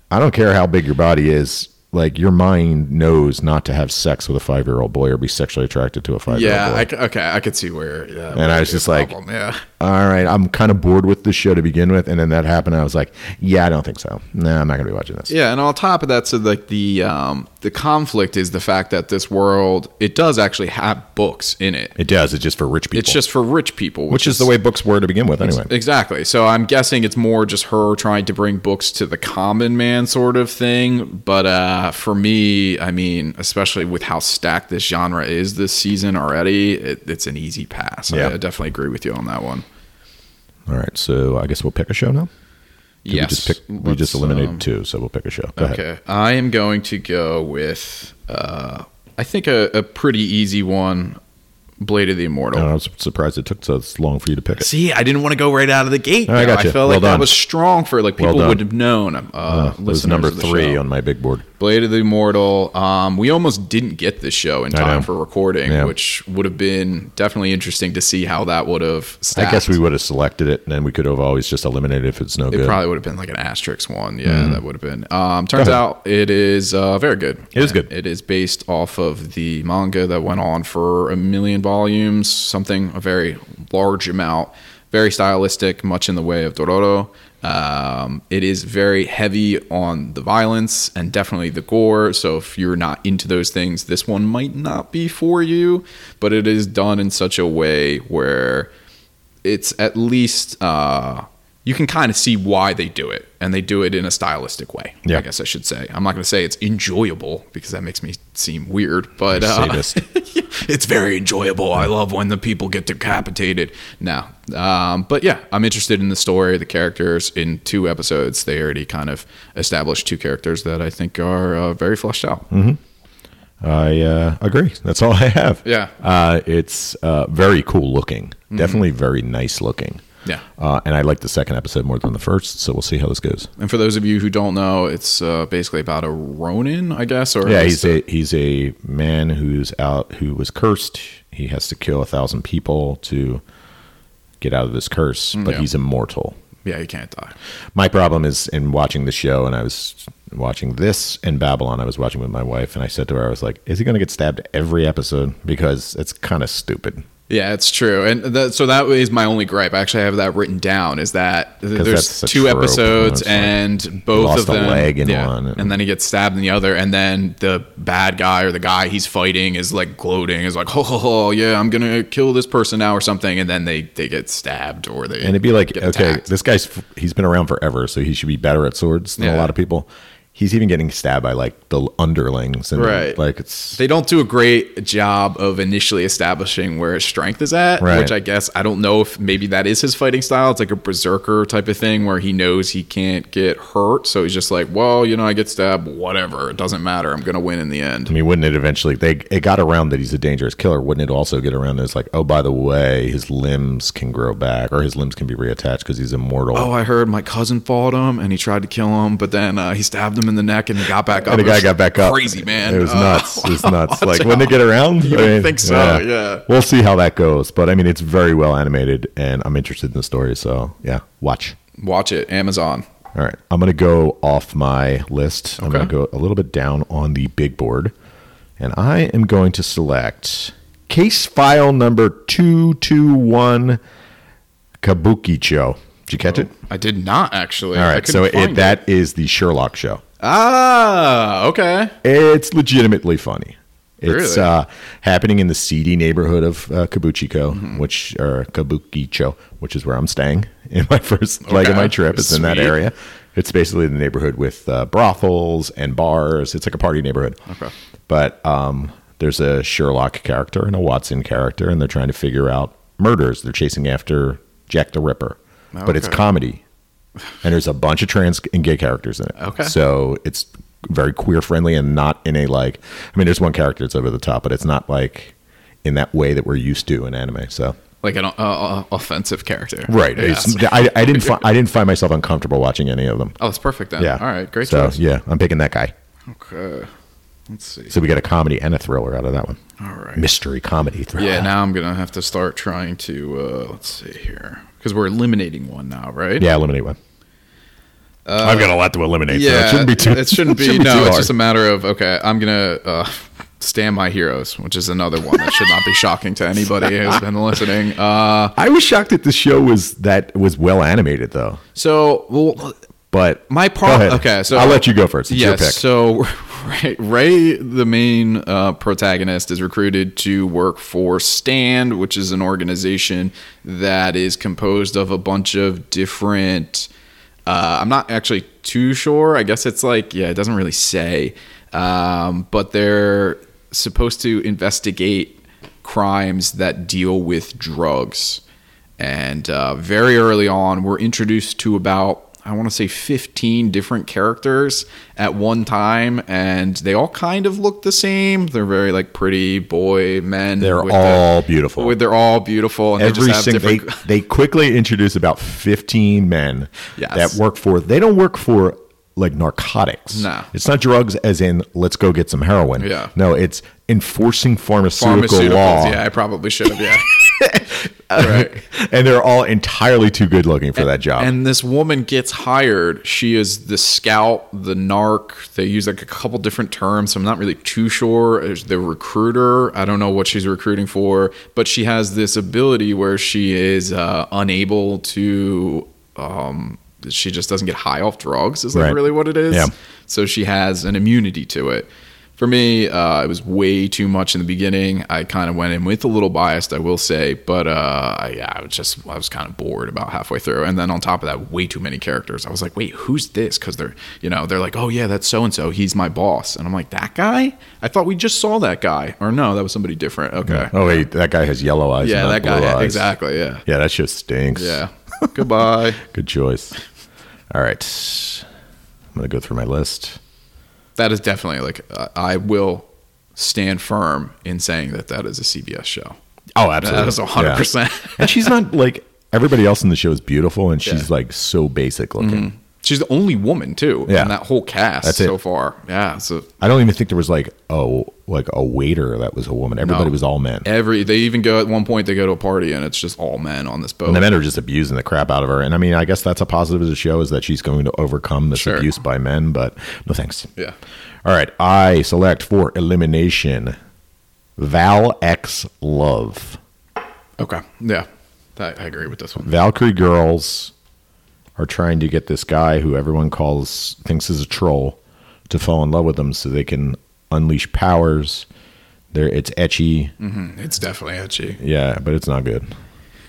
I don't care how big your body is. Like your mind knows not to have sex with a five-year-old boy or be sexually attracted to a five-year-old
Yeah.
Oh, boy.
I c okay, I could see where. Yeah,
And I was just like-
yeah.
all right, I'm kind of bored with this show to begin with. And then that happened. I was like, yeah, I don't think so. No, I'm not going to be watching this.
Yeah, and on top of that, so like the um, the conflict is the fact that this world it does actually have books in it.
It does. It's just for rich people.
It's just for rich people,
which is the way books were to begin with, anyway.
Exactly. So I'm guessing it's more just her trying to bring books to the common man sort of thing. But uh, for me, I mean, especially with how stacked this genre is this season already, it, it's an easy pass. I-
Yeah.
I, definitely agree with you on that one.
All right, so I guess we'll pick a show now. Did
Yes.
We just, pick, we
Let's,
just eliminated
um,
two, so we'll pick a show. Go ahead.
Okay. I am going to go with, uh, I think, a, a pretty easy one Blade of the Immortal.
I was surprised it took so long for you to pick it.
See, I didn't want to go right out of the gate.
I
though.
gotcha.
felt
Well
like
done.
that was strong for like people
done.
would have known. Uh,
Uh, it was
listeners
number
of the
three
show.
on my big board.
Blade of the Immortal. Um, we almost didn't get this show in
I know.
time for recording,
Yeah.
which would have been definitely interesting to see how that would have. Stacked.
I guess we would have selected it, and then we could have always just eliminated it if it's no
It
good. Mm-hmm.
probably would have been like an asterisk one. Yeah, that would have been. Um, turns out it is uh, very good.
It is good.
It is based off of the manga that went on for a million volumes, something a very large amount. Very stylistic, much in the way of Dororo. Um, it is very heavy on the violence and definitely the gore. So if you're not into those things, this one might not be for you. But it is done in such a way where it's at least uh, you can kind of see why they do it, and they do it in a stylistic way.
Yeah.
I guess I should say. I'm not going to say it's enjoyable because that makes me seem weird, but
You're
uh,
sadist.
it's very enjoyable. I love when the people get decapitated. No, um, but yeah, I'm interested in the story, the characters. In two episodes, they already kind of established two characters that I think are uh, very fleshed out.
Hmm. I uh, agree. That's all I have.
Yeah. Mm-hmm.
Uh, it's uh, very cool looking. Definitely very nice looking.
Yeah.
Uh, and I like the second episode more than the first, so we'll see how this goes.
And for those of you who don't know, it's uh, basically about a Ronin, I guess, or
Yeah,
at
he's
least
a he's a man who's out who was cursed. He has to kill a thousand people to get out of this curse, but
yeah.
he's immortal.
yeah, you can't die.
My problem is in watching the show, and I was watching this in Babylon. I was watching with my wife, and I said to her, "I was like, is he going to get stabbed every episode? Because it's kind of stupid."
Yeah, it's true, and that, so that is my only gripe. I actually have that written down. Is that th-
that's
there's
a
two
trope,
episodes
that's right.
and both
Lost
of
a
them,
leg in
yeah,
one and-
and then he gets stabbed in the other, and then the bad guy or the guy he's fighting is like gloating, is like, ho ho ho, yeah, I'm gonna kill this person now or something, and then they they get stabbed or they
and it'd be like
get
okay
attacked.
this guy's he's been around forever so he should be better at swords than a
Yeah.
lot of people he's even getting stabbed by like the underlings and
Right.
like it's
They don't do a great job of initially establishing where his strength is at,
Right.
which I guess I don't know if maybe that is his fighting style. It's like a berserker type of thing where he knows he can't get hurt, so he's just like, well, you know, I get stabbed, whatever, it doesn't matter, I'm gonna win in the
I
end.
mean, wouldn't it eventually? They it got around that he's a dangerous killer. Wouldn't it also get around that it's like, oh, by the way, his limbs can grow back or his limbs can be reattached because he's immortal.
Oh, I heard my cousin fought him and he tried to kill him, but then uh, he stabbed him in the neck and he got back up.
and the
It
guy
was
got back up.
Crazy man.
It was
Uh,
nuts. It was nuts. like when they get around, you
would think so, yeah.
We'll see how that goes, but I mean, it's very well animated, and I'm interested in the story. So yeah, watch.
Watch it, Amazon.
All right. I'm going to go off my list. I'm
Okay.
going to go a little bit down on the big board. And I am going to select case file number 221 Kabuki Show. Did you catch it?
I did not actually.
All
Oh. I
right. So
couldn't
it,
find
that is the Sherlock show.
Ah, okay.
It's legitimately funny. It's
Really?
uh, happening in the seedy neighborhood of uh, Kabukicho,
Mm-hmm.
which or Kabukicho, which is where I'm staying in my first leg of
Okay.
my trip. It's in that
Sweet.
area. It's basically the neighborhood with uh, brothels and bars. It's like a party neighborhood. Okay. But um, there's a Sherlock character and a Watson character, and they're trying to figure out murders. They're chasing after Jack the Ripper, but it's
Okay.
comedy and there's a bunch of trans and gay characters in it.
Okay.
So it's very queer friendly and not in a like. I mean, there's one character that's over the top, but it's not like in that way that we're used to in anime. So
Like an uh, uh, offensive character. Yeah.
It's- I, I didn't find I didn't find myself uncomfortable watching any of them.
Oh, that's perfect then.
Yeah.
All right. Great
So
choice.
yeah, I'm picking that guy.
Okay. Let's see.
So we got a comedy and a thriller out of that one.
All right.
Mystery comedy thriller.
Yeah. Now I'm gonna have to start trying to. Uh, let's see here, because we're eliminating one now, right?
Yeah, eliminate one. I've got a lot to eliminate. so it shouldn't be too.
Uh, It shouldn't be.
too
no, it's
hard.
just a matter of okay. I'm gonna uh, stand my heroes, which is another one that should not be shocking to anybody who's been listening. Uh,
I was shocked that the show was that was well animated though.
so well,
But
My
Go
part-
ahead.
okay, so-
I'll let you go first. It's your pick.
So Ray, Ray, the main uh, protagonist, is recruited to work for Stand, which is an organization that is composed of a bunch of different. Uh, I'm not actually too sure. I guess it's like yeah, it doesn't really say, um, but they're supposed to investigate crimes that deal with drugs. And uh, very early on, we're introduced to about, I want to say, 15 different characters at one time. And they all kind of look the same. They're very like pretty boy men.
They're
the-
all beautiful.
With, they're all beautiful. And they
Every
just have
single they,
different.
they quickly introduce about 15 men
Yes.
that work for they don't work for like narcotics.
No.
It's not drugs as in let's go get some heroin.
Yeah.
No, it's enforcing pharmaceutical
Pharmaceuticals,
law.
yeah, I probably should have, yeah. right.
And they're all entirely too good looking for that job.
And this woman gets hired. She is the scout, the narc. They use like a couple different terms. So I'm not really too sure. There's the recruiter. I don't know what she's recruiting for, but she has this ability where she is uh, unable to. Um, she just doesn't get high off drugs. Is like
Right.
really what it is.
Yeah.
So she has an immunity to it. For me, uh, it was way too much in the beginning. I kind of went in with a little biased, I will say, but uh, I, yeah, I was just I was kind of bored about halfway through, and then on top of that, way too many characters. I was like, wait, who's this? Because they're you know they're like, oh yeah, that's so and so. He's my boss, and I'm like, that guy. I thought we just saw that guy, or no, that was somebody different. Okay,
oh wait, that guy has yellow eyes.
yeah,
not
that
blue
guy.
eyes.
Exactly. Yeah.
Yeah, that just stinks.
Yeah. Goodbye.
Good choice. All right. I'm gonna go through my list.
That is definitely like uh, I will stand firm in saying that that is a CBS show.
Oh,
That is 100%.
and she's not like everybody else in the show is beautiful, and she's like so basic looking.
She's the only woman too
Yeah.
in that whole cast
That's it.
so far. Yeah, so
I don't even think there was like a like a waiter that was a woman. Everybody was all men,
every they even go at one point they go to a party and it's just all men on this boat.
and the men are just abusing the crap out of her. And I mean, I guess that's a positive of the show is that she's going to overcome this
Sure.
abuse by men. But no thanks.
yeah,
All right, I select for elimination Val X Love.
okay, yeah, I, I agree with this one.
Valkyrie girls are trying to get this guy who everyone calls thinks is a troll to fall in love with them so they can unleash powers. There, it's etchy,
Mm. It's definitely edgy.
yeah, but it's not good.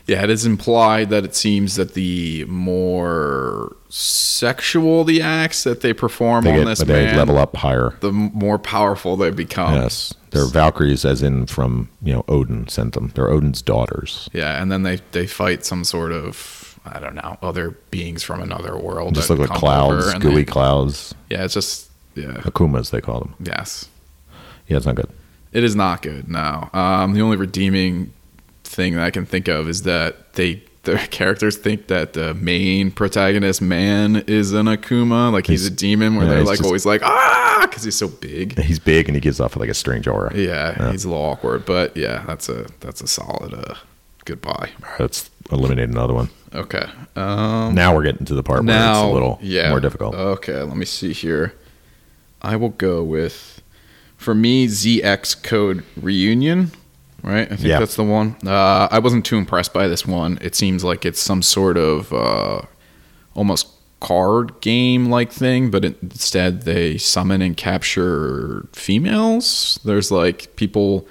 Yeah, it is implied that it seems that the more sexual the acts that they perform
They
on
get
this
they
man, Oh.
level up higher.
the more powerful they become.
Yes, they're Valkyries, as in from you know Odin sent them. They're Odin's daughters,
Yeah, and then they they fight some sort of I don't know other beings from another world.
just
that
look like
come over
clouds,
and
gooey
they-
clouds,
yeah, it's just yeah,
Akumas they call them.
yes.
Yeah, it's not good.
It is not good. No. Um, the only redeeming thing that I can think of is that they the characters think that the main protagonist man is an Akuma, like he's,
He's-
a demon. Where
yeah,
they're
he's
like
just-
always like ah, because he's so big.
He's big and he gives off like a strange aura.
Yeah, he's a little awkward, but yeah, that's a that's a solid uh, goodbye.
Let's eliminate another one.
Okay. Um, Uh,
Now we're getting to the part where it's a little more difficult.
Okay, let me see here. I will go with for me ZX Code Reunion. Right, I think
Yeah.
that's the one. Uh, I wasn't too impressed by this one. It seems like it's some sort of uh, almost card game like thing, but it- instead they summon and capture females. There's like people.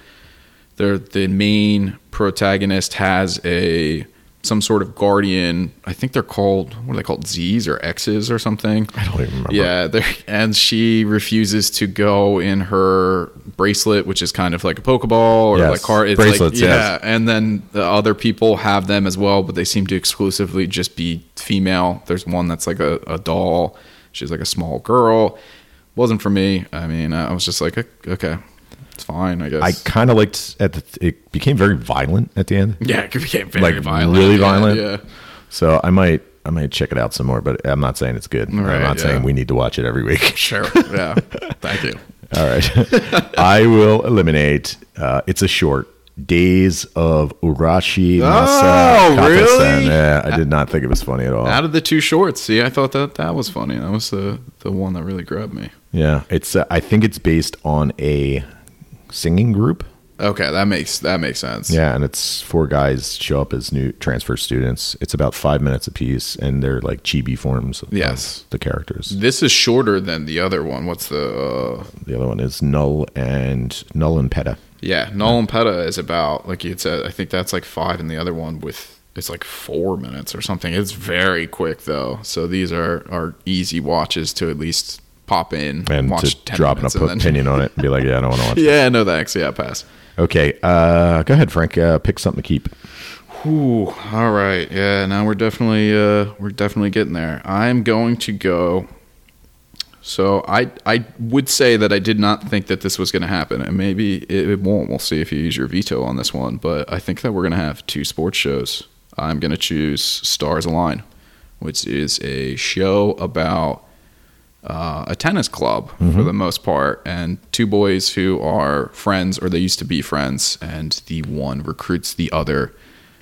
They're, the main protagonist has a some sort of guardian. I think they're called what are they called? Z's or X's or something.
I don't even remember.
Yeah, they're- and she refuses to go in her bracelet, which is kind of like a pokeball or
Yes,
like card. It's
bracelets,
like, yeah.
yes.
And then the other people have them as well, but they seem to exclusively just be female. There's one that's like a, a doll. She's like a small girl. Wasn't for me. I mean, I was just like, okay, it's fine, I guess.
I kind of liked at the, it became very violent at the end.
yeah, it became very
like
violent.
really
Yeah,
violent.
Yeah.
So I might I might check it out some more, but I'm not saying it's good.
Right,
I'm not
yeah.
saying we need to watch it every week.
Sure. Yeah. Thank you.
All right. I will eliminate. Uh, it's a short. Days of Urashi Masa
Oh,
Kata-san.
really?
Yeah, I did not think it was funny at all.
Out of the two shorts, see, I thought that that was funny. That was the the one that really grabbed me.
yeah, it's. Uh, I think it's based on a singing group.
Okay, that makes that makes sense.
Yeah, and it's four guys show up as new transfer students. It's about five minutes apiece, and they're like chibi forms. of
Yes.
the characters.
This is shorter than the other one. What's the uh,
The other one is Null and Null and Peta.
yeah? Null and Peta is about like you said. I think that's like five, and the other one with it's like four minutes or something. It's very quick though. So these are are easy watches to at least pop in
and
watch
to drop an
minutes and then-
opinion on it and be like, yeah, I don't want to watch. it.
yeah, no thanks. Yeah, pass.
Okay, uh, go ahead, Frank. Uh, pick something to keep.
Ooh, all right. Yeah, now we're definitely uh we're definitely getting there. I'm going to go so I I would say that I did not think that this was going to happen, and maybe it, it won't. We'll see if you use your veto on this one, but I think that we're going to have two sports shows. I'm going to choose Stars Align, which is a show about uh, a tennis club for the most part, and two boys who are friends, or they used to be friends, and the one recruits the other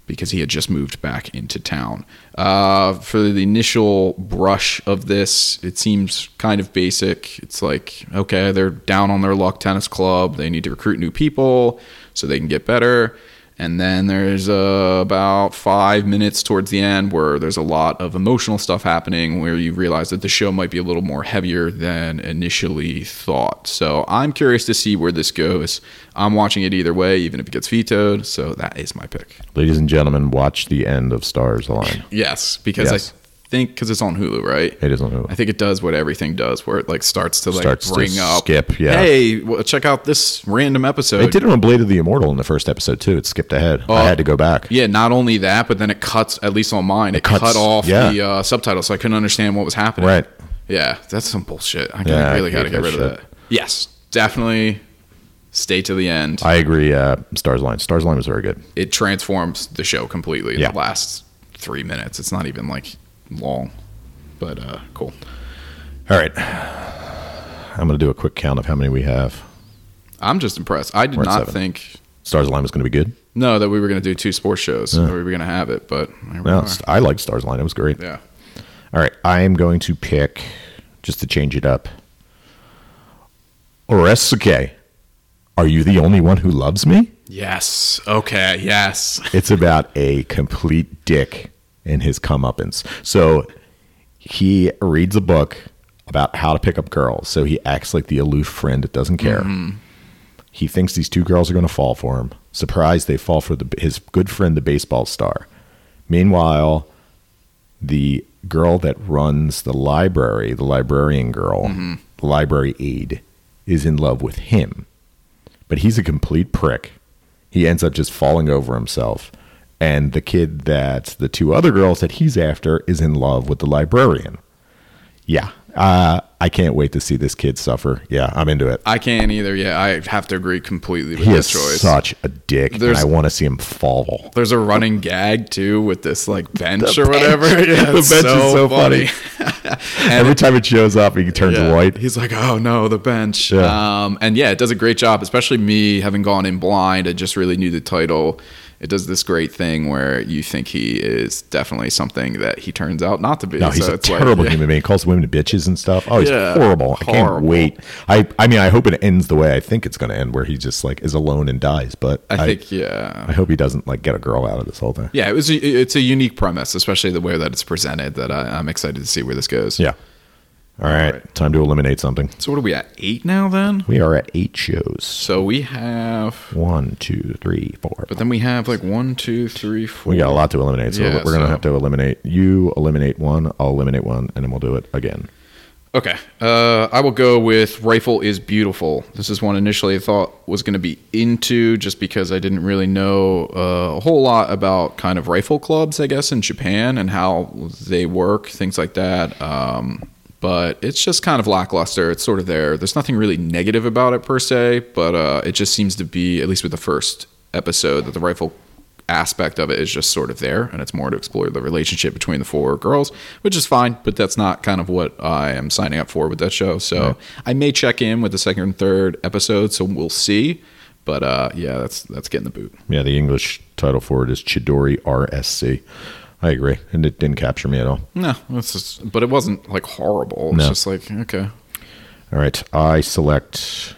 because he had just moved back into town. Uh, for the initial brush of this, it seems kind of basic. It's like, okay, they're down on their luck tennis club. They need to recruit new people so they can get better. And then there's uh, about five minutes towards the end where there's a lot of emotional stuff happening where you realize that the show might be a little more heavier than initially thought. So I'm curious to see where this goes. I'm watching it either way, even if it gets vetoed. So that is my pick.
Ladies and gentlemen, watch the end of Stars Align.
Yes, because
Yes.
I think because it's on Hulu, right?
It is on Hulu.
I think it does what everything does, where it like starts to like
Starts to
bring up,
skip, yeah.
Hey, well, check out this random episode.
It did it on Blade of the Immortal in the first episode too. It skipped ahead. I had to go back.
Oh. Yeah, not only that, but then it cuts. At least on mine, it,
cuts,
cut off
yeah.
the uh, subtitles, so I couldn't understand what was happening.
Right.
Yeah, that's some bullshit. I
Yeah, I
really got to
hate that
get rid of
shit.
that. Yes, definitely. Stay to the end.
I agree. Uh, Stars Align. Stars Align was very good.
it transforms the show completely. in
Yeah.
The last three minutes. It's not even like long, but uh, cool.
All right, I'm going to do a quick count of how many we have.
I'm just impressed. I did
We're at
not
seven.
think
Stars Align was going to be good.
no that we were going to do two sports shows. or we were going to have it, but here we
No,
are.
st- I like Stars Align. It was great.
yeah.
All right, I am going to pick just to change it up. Oresuke, are you the only one who loves me?
Yes. Okay. Yes.
It's about a complete dick and his comeuppance. So he reads a book about how to pick up girls. So he acts like the aloof friend that doesn't care. He thinks these two girls are going to fall for him. Surprise, they fall for the, his good friend, the baseball star. Meanwhile, the girl that runs the library, the librarian girl, the library aide, is in love with him. But he's a complete prick. He ends up just falling over himself. And the kid that the two other girls that he's after is in love with the librarian. Yeah. Uh, I can't wait to see this kid suffer. Yeah, I'm into it.
I can't either. Yeah, I have to agree completely with
He is
this choice.
such a dick,
There's-
and I want to see him fall.
There's a running gag too with this like bench
The
or whatever.
bench.
Yeah,
The
it's
bench is so funny.
and
Every time it shows up, he turns
yeah,
white.
He's like, oh no, the bench.
Yeah.
Um, and yeah, it does a great job, especially me having gone in blind. I just really knew the title. It does this great thing where you think he is definitely something that he turns out not to be.
No, he's
So
a
it's like-
terrible
yeah.
human being. He calls women bitches and stuff. Oh, he's
Yeah,
horrible. I can't
horrible.
wait. I, I mean, I hope it ends the way I think it's going to end, where he just like is alone and dies. But
I think, yeah.
I hope he doesn't like get a girl out of this whole thing.
Yeah, it was. A, it's a unique premise, especially the way that it's presented. That I, I'm excited to see where this goes.
Yeah. All right,
right.
time to eliminate something.
So what are we at eight now? Then.
We are at eight shows.
So we have,
One, two, three, four.
but then we have like one, two, three, four.
we got a lot to eliminate, so
Yeah,
we're going to
so-
have to eliminate. You eliminate one, I'll eliminate one, and then we'll do it again.
Okay. Uh, I will go with Rifle is Beautiful. This is one initially I thought was going to be into just because I didn't really know uh, a whole lot about kind of rifle clubs, I guess, in Japan and how they work, things like that. Um, but it's just kind of lackluster. It's sort of there. There's nothing really negative about it per se, but uh, it just seems to be, at least with the first episode, that the rifle aspect of it is just sort of there and it's more to explore the relationship between the four girls which is fine but that's not kind of what i am signing up for with that show so i may check in with the second and third episode so we'll see but uh yeah that's that's getting the boot
Yeah, the English title for it is Chidori RSC. I agree, and it didn't capture me at all.
no that's just but it wasn't like horrible it's
No.
just like okay
All right, I select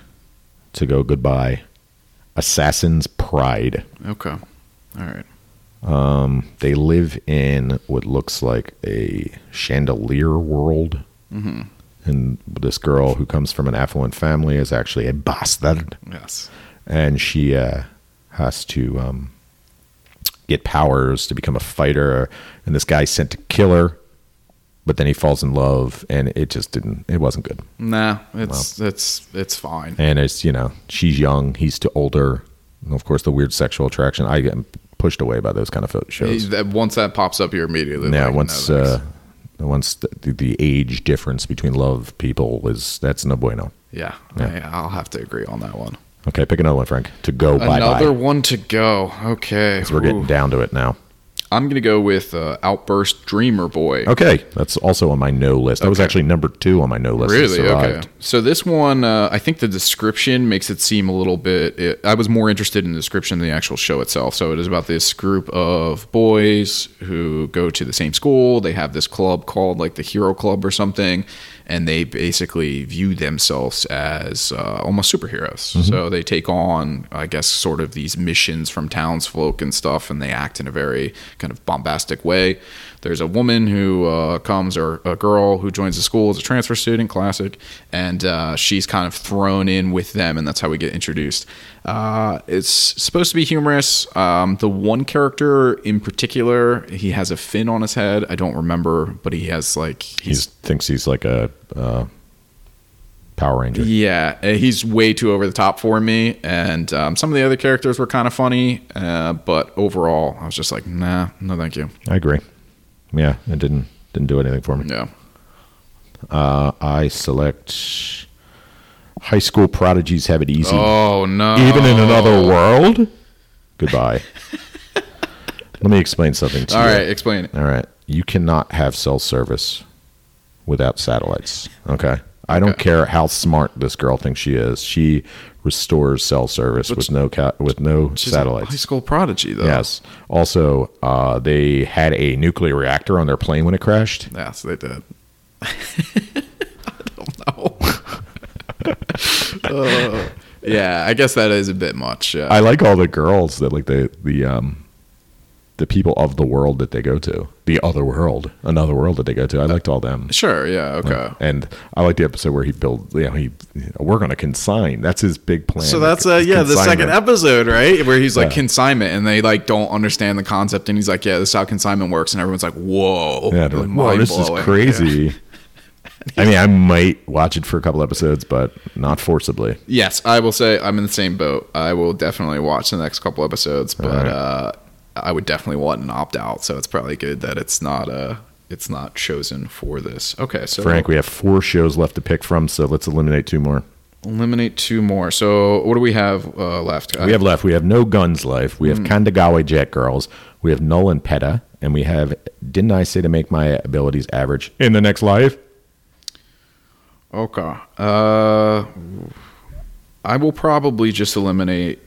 to go goodbye. Assassin's Pride.
okay all right
Um, They live in what looks like a chandelier world, and this girl who comes from an affluent family is actually a bastard,
yes
and she uh, has to um, get powers to become a fighter. And this guy's sent to kill her, but then he falls in love, and it just didn't. It wasn't good.
nah it's it's it's fine
and it's you know she's young he's too older and of course the weird sexual attraction i get pushed away by those kind of fo- shows
That- once that pops up here immediately
yeah
like,
once
no,
uh
thanks.
once the, the, the age difference between love people is that's no bueno
yeah,
yeah.
yeah i'll have to agree on that one
okay pick another one frank to go bye
Another
bye
one to go. Okay.
we're getting
Ooh.
down to it now
I'm going to go with uh, Outburst Dreamer Boy.
okay that's also on my no list that was actually number two on my no list that
Really?
survived.
Okay. So this one, uh, I think the description makes it seem a little bit. It, I was more interested in the description than the actual show itself. So it is about this group of boys who go to the same school. They have this club called like the Hero Club or something, and they basically view themselves as uh, almost superheroes. So they take on, I guess, sort of these missions from townsfolk and stuff, and they act in a very kind of bombastic way. There's a woman who uh, comes, or a girl who joins the school as a transfer student, classic, and uh, she's kind of thrown in with them, and that's how we get introduced. Uh, it's supposed to be humorous. Um, the one character in particular, he has a fin on his head. I don't remember, but he has like
he
he's
thinks he's like a uh power ranger
yeah, uh, he's way too over the top for me. And um, some of the other characters were kind of funny, uh, but overall, I was just like, nah, no, thank you.
i agree yeah it didn't didn't do anything for me
Yeah.
Uh, I select high school prodigies have it easy.
Oh no.
Even in another world? Goodbye. Let me explain something to
All
you.
right, explain it.
All right. You cannot have cell service without satellites. Okay. I don't care how smart this girl thinks she is. She restores cell service with no ca- with no
She's a
satellites.
High school prodigy though.
Yes. Also, uh, they had a nuclear reactor on their plane when it crashed.
Yes, they did. I don't know. Uh, yeah, I guess that is a bit much. Yeah.
I like all the girls that like the the um the people of the world that they go to, the other world, another world that they go to. I liked all them.
Sure. Yeah. Okay.
And I like the episode where he build, you know, he we're gonna consign. That's his big plan.
So that's uh, yeah the second
Consignment.
episode right where he's like
Yeah.
consignment and they like don't understand the concept and he's like yeah this is how consignment works and everyone's like whoa
Yeah, they're like, whoa,
Mind
this is
blowing.
crazy. I mean, I might watch it for a couple episodes, but not forcibly.
yes I will say I'm in the same boat I will definitely watch the next couple episodes but
Alright.
uh, I would definitely want an opt out so it's probably good that it's not uh it's not chosen for this okay so
Frank, we have four shows left to pick from, so let's eliminate two more.
eliminate two more so what do we have uh, left
We have left. We have No Guns Life. We have
Hmm.
Kandagawa Jet Girls. We have Null and Peta. And we have Didn't I Say to Make My Abilities Average in the Next Life?
Okay. Uh, I will probably just eliminate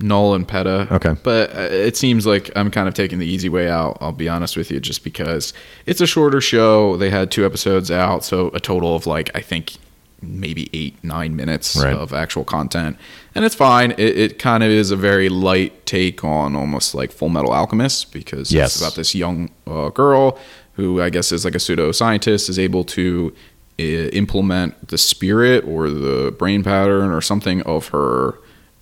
Null and Peta.
Okay.
But uh, it seems like I'm kind of taking the easy way out. I'll be honest with you, just because it's a shorter show. They had two episodes out, so a total of like I think maybe eight nine minutes
Right.
of actual content, and it's fine. It, it kind of is a very light take on almost like Full Metal Alchemist because
Yes.
it's about this young uh, girl who I guess is like a pseudo scientist is able to uh, implement the spirit or the brain pattern or something of her.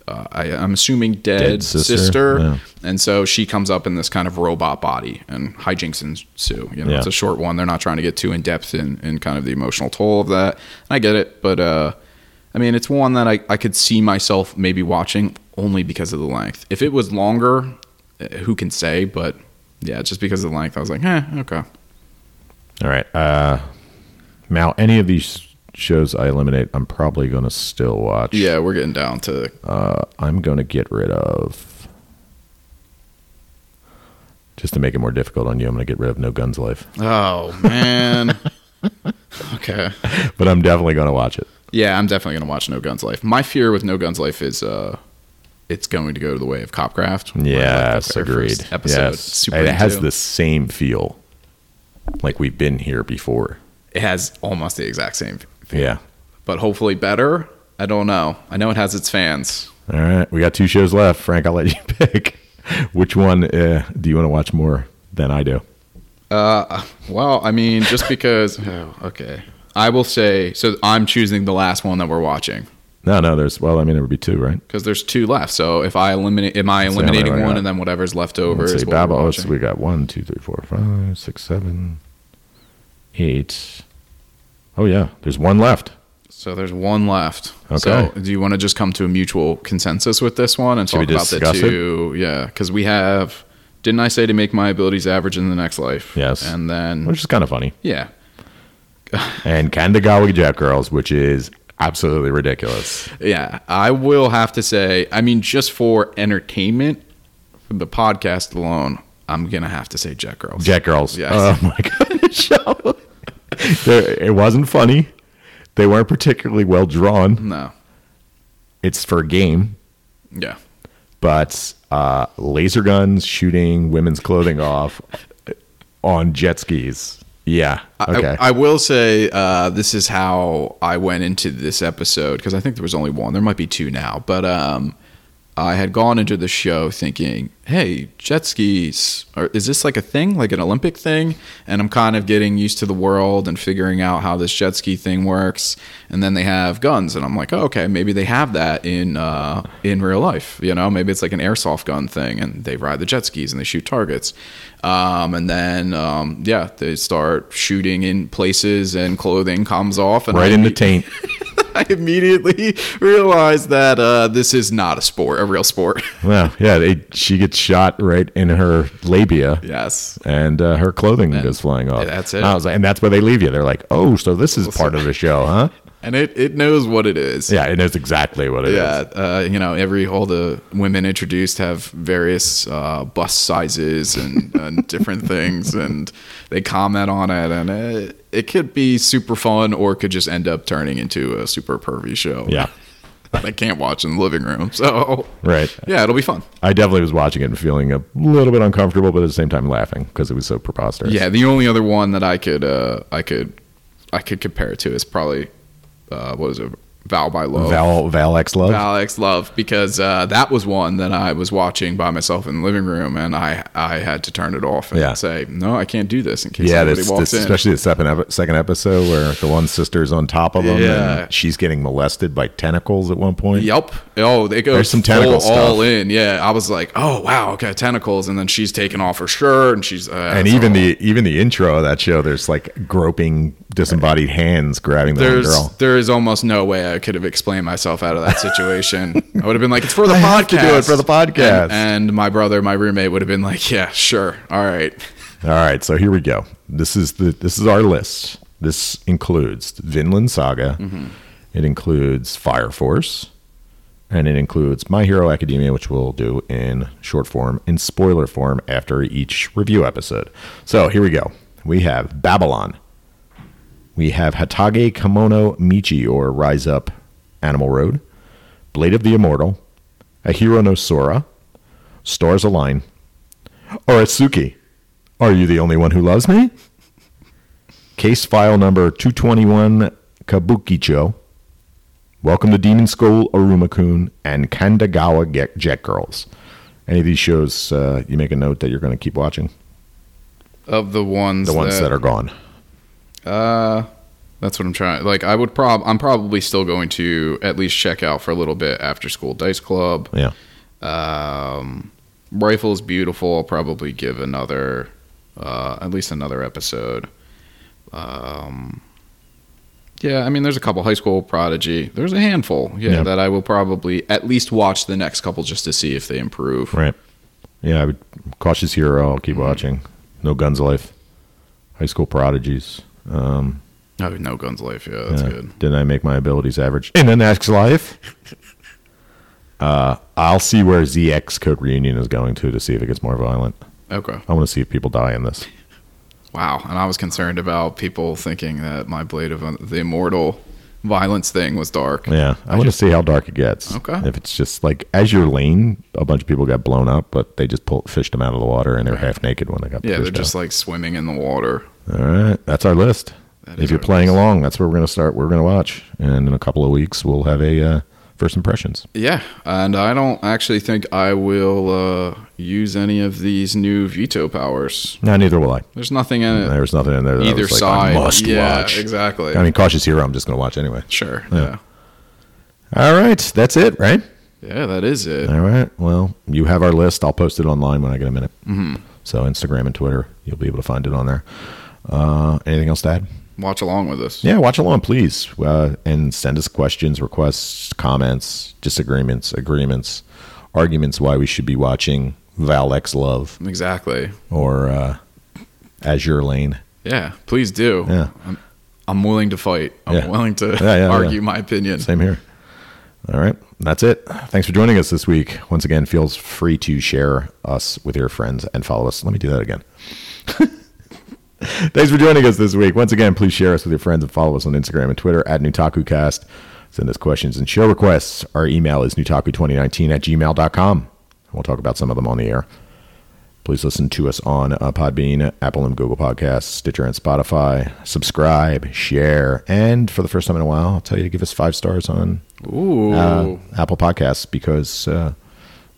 Uh, I, I'm assuming dead,
Dead sister,
sister,
yeah.
and so she comes up in this kind of robot body, and hijinks ensue. You know,
Yeah.
it's a short one. They're not trying to get too in depth in, in kind of the emotional toll of that. And I get it, but uh, I mean, it's one that I, I could see myself maybe watching only because of the length. If it was longer, uh, who can say? But yeah, just because of the length, I was like, eh, okay.
All right. Uh, now, any of these shows I eliminate, I'm probably going to still watch.
Yeah, we're getting down to
Uh, I'm going to get rid of. Just to make it more difficult on you, I'm going to get rid of No Guns Life.
oh man. okay.
But I'm definitely going to watch it.
Yeah, I'm definitely gonna watch No Guns Life. My fear with No Guns Life is uh it's going to go to the way of Copcraft. where, like, the
Yes,
very
agreed.
first Episode
Yes.
super
And it has
into-
the same feel. Like we've been here before.
it has almost the exact same
Yeah.
but hopefully better. I don't know. I know it has its fans.
All right. We got two shows left. Frank, I'll let you pick. Which one uh, do you want to watch more than I do?
Well, I mean, just because oh, okay. I will say so I'm choosing the last one that we're watching
No, no, there's, well, I mean, there would be two, right?
because there's two left. So if I eliminate am I
how many
eliminating
we
one
got.
and then whatever's left over
Let's
is
see. oh,
what we're
Babylon, so
watching.
we got one, two, three, four, five, six, seven, eight. Oh, yeah. There's one left.
So there's one left.
Okay.
So do you want to just come to a mutual consensus with this one and
Should we
talk about the
discuss it?
two? Yeah, because we have. Didn't I say to make my abilities average in the next life?
Yes.
And then
Which is kind of funny.
yeah,
And Kandagawa Jet Girls, which is absolutely ridiculous.
yeah. I will have to say. I mean, just for entertainment, for the podcast alone, I'm gonna have to say Jet Girls.
Jet Girls.
Yes.
Oh my god, the show. There- it wasn't funny. They weren't particularly well drawn.
No.
It's for a game,
Yeah.
but uh, laser guns shooting women's clothing off on jet skis. Yeah. Okay.
I, I will say uh, this is how I went into this episode because I think there was only one. There might be two now, but um, I had gone into the show thinking, "Hey, jet skis are, is this like a thing, like an Olympic thing?" And I'm kind of getting used to the world and figuring out how this jet ski thing works. And then they have guns, and I'm like, oh, "Okay, maybe they have that in uh, in real life. You know, maybe it's like an airsoft gun thing, and they ride the jet skis and they shoot targets." Um, and then, um, yeah, they start shooting in places, and clothing comes off, and
right
I
in the
imme-
taint.
I immediately realized that uh, this is not a sport, a real sport.
Well, yeah. They, she gets shot right in her labia.
yes,
And uh, her clothing goes flying off.
that's it.
And, I was like, and that's where they leave you. They're like, "Oh, so this is part of the show, huh?"
and it it knows what it is.
Yeah, it knows exactly what it is.
Yeah, uh, you know, every all the women introduced have various uh, bust sizes and, and different things, and they comment on it, and it, it could be super fun, or it could just end up turning into a super pervy show.
Yeah.
that I can't watch in the living room. So,
Right.
yeah, it'll be fun.
I definitely was watching it and feeling a little bit uncomfortable, but at the same time laughing because it was so preposterous.
Yeah, the only other one that I could uh, I could I could compare it to is probably uh, what is it? Val by Love.
Val Val X Love.
Alex Love because uh, that was one that I was watching by myself in the living room, and I I had to turn it off and
Yeah.
say no, I can't do this in case
yeah,
somebody
this,
walks
this,
in.
especially the second, epi- second episode where the one sister's on top of him
Yeah.
and she's getting molested by tentacles at one point.
Yup. Oh, they go
There's some
full
tentacle stuff.
all in. Yeah, I was like, oh wow, okay, tentacles, and then she's taking off her shirt, and she's uh,
and
that's
even
all.
the even the intro of that show, there's like groping disembodied hands grabbing the little
There's
girl.
there is almost no way I could have explained myself out of that situation. I would have been like, it's for the
I
podcast.
have to do it for the podcast.
And, and my brother, my roommate, would have been like, yeah, sure, all right.
All right, so here we go. This is the this is our list. This includes Vinland Saga. It includes Fire Force, and it includes My Hero Academia, which we'll do in short form, in spoiler form after each review episode. So here we go. We have Babylon. We have Hatage Kimono Michi or Rise Up, Animal Road, Blade of the Immortal, A Hero no Sora, Stars Align, Oratsuki. Are you the only one who loves me? Case file number 221 Kabukicho. Welcome to Demon School Arumakun and Kandagawa Ge- Jet Girls. Any of these shows, uh, you make a note that you're going to keep watching?
Of the ones,
The ones that, are gone.
Uh, that's what I'm trying. Like, I would prob. I'm probably still going to at least check out for a little bit after school. Dice Club.
Yeah.
Um, Rifle's beautiful. I'll probably give another, uh, at least another episode. Um, yeah, I mean, there's a couple. High School Prodigy. There's a handful. Yeah,
Yeah.
that I will probably at least watch the next couple just to see if they improve.
Right. Yeah, I would. Cautious Hero, I'll keep watching. No Guns Life. High School Prodigies. Um,
Oh, no Guns Life. Yeah, that's
yeah.
good.
Didn't I make my abilities average? In the next life? uh, I'll see where ZX Code Reunion is going to to see if it gets more violent.
Okay.
I want to see if people die in this.
Wow. And I was concerned about people thinking that my Blade of the Immortal violence thing was dark.
Yeah, I, want to see how dark it gets.
Okay.
If it's just like as your lane, a bunch of people got blown up, but they just pulled, fished them out of the water, and they're half naked when they got.
Yeah, they're
fished
just like swimming in the water.
out. All right, that's our list.
That
If
is
you're
our
playing
list.
along, that's where we're gonna start. We're gonna watch, and in a couple of weeks, we'll have a uh, first impressions.
Yeah, and I don't actually think I will uh, use any of these new veto powers.
No, neither will I.
There's nothing in it.
There was nothing in there. That I
Either
was like,
side.
I must
yeah,
watch.
exactly.
I mean, cautious hero. I'm just gonna watch anyway.
sure.
Yeah.
Yeah.
All right, that's it, right?
yeah. that is it.
All right. Well, you have our list. I'll post it online when I get a minute. Mm-hmm. So Instagram and Twitter, you'll be able to find it on there. Uh, anything else to add?
Watch along with us.
Yeah, watch along, please, uh, and send us questions, requests, comments, disagreements, agreements, arguments why we should be watching Valex Love
Exactly.
or uh, Azure Lane.
Yeah, please do.
Yeah.
I'm, I'm willing to fight. I'm
Yeah.
willing to
Yeah, yeah,
argue
yeah.
my opinion.
Same here. All right. That's it. Thanks for joining us this week. Once again, feel free to share us with your friends and follow us. Let me do that again. Thanks for joining us this week. Once again, please share us with your friends and follow us on Instagram and Twitter at NutakuCast. Send us questions and show requests. Our email is nutaku2019 at gmail.com. And we'll talk about some of them on the air. Please listen to us on uh, Podbean, Apple and Google Podcasts, Stitcher, and Spotify. Subscribe, share, and for the first time in a while, I'll tell you to give us five stars on
Ooh.
uh, Apple Podcasts because uh,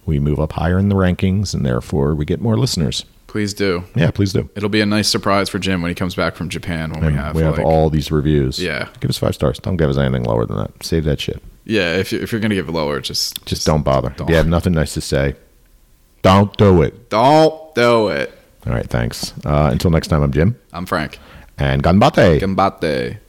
we move up higher in the rankings and therefore we get more listeners.
please do.
Yeah, please do.
It'll be a nice surprise for Jim when he comes back from Japan when we
And
have,
we have
like,
all these reviews.
Yeah.
Give us five stars. Don't give us anything lower than that. Save that shit.
Yeah, if you if you're going to give it lower, just
Just don't bother.
don't.
If you have nothing nice to say, don't do it.
don't do it.
All right, thanks. Uh, until next time, I'm Jim.
I'm Frank.
And ganbate.
Combate.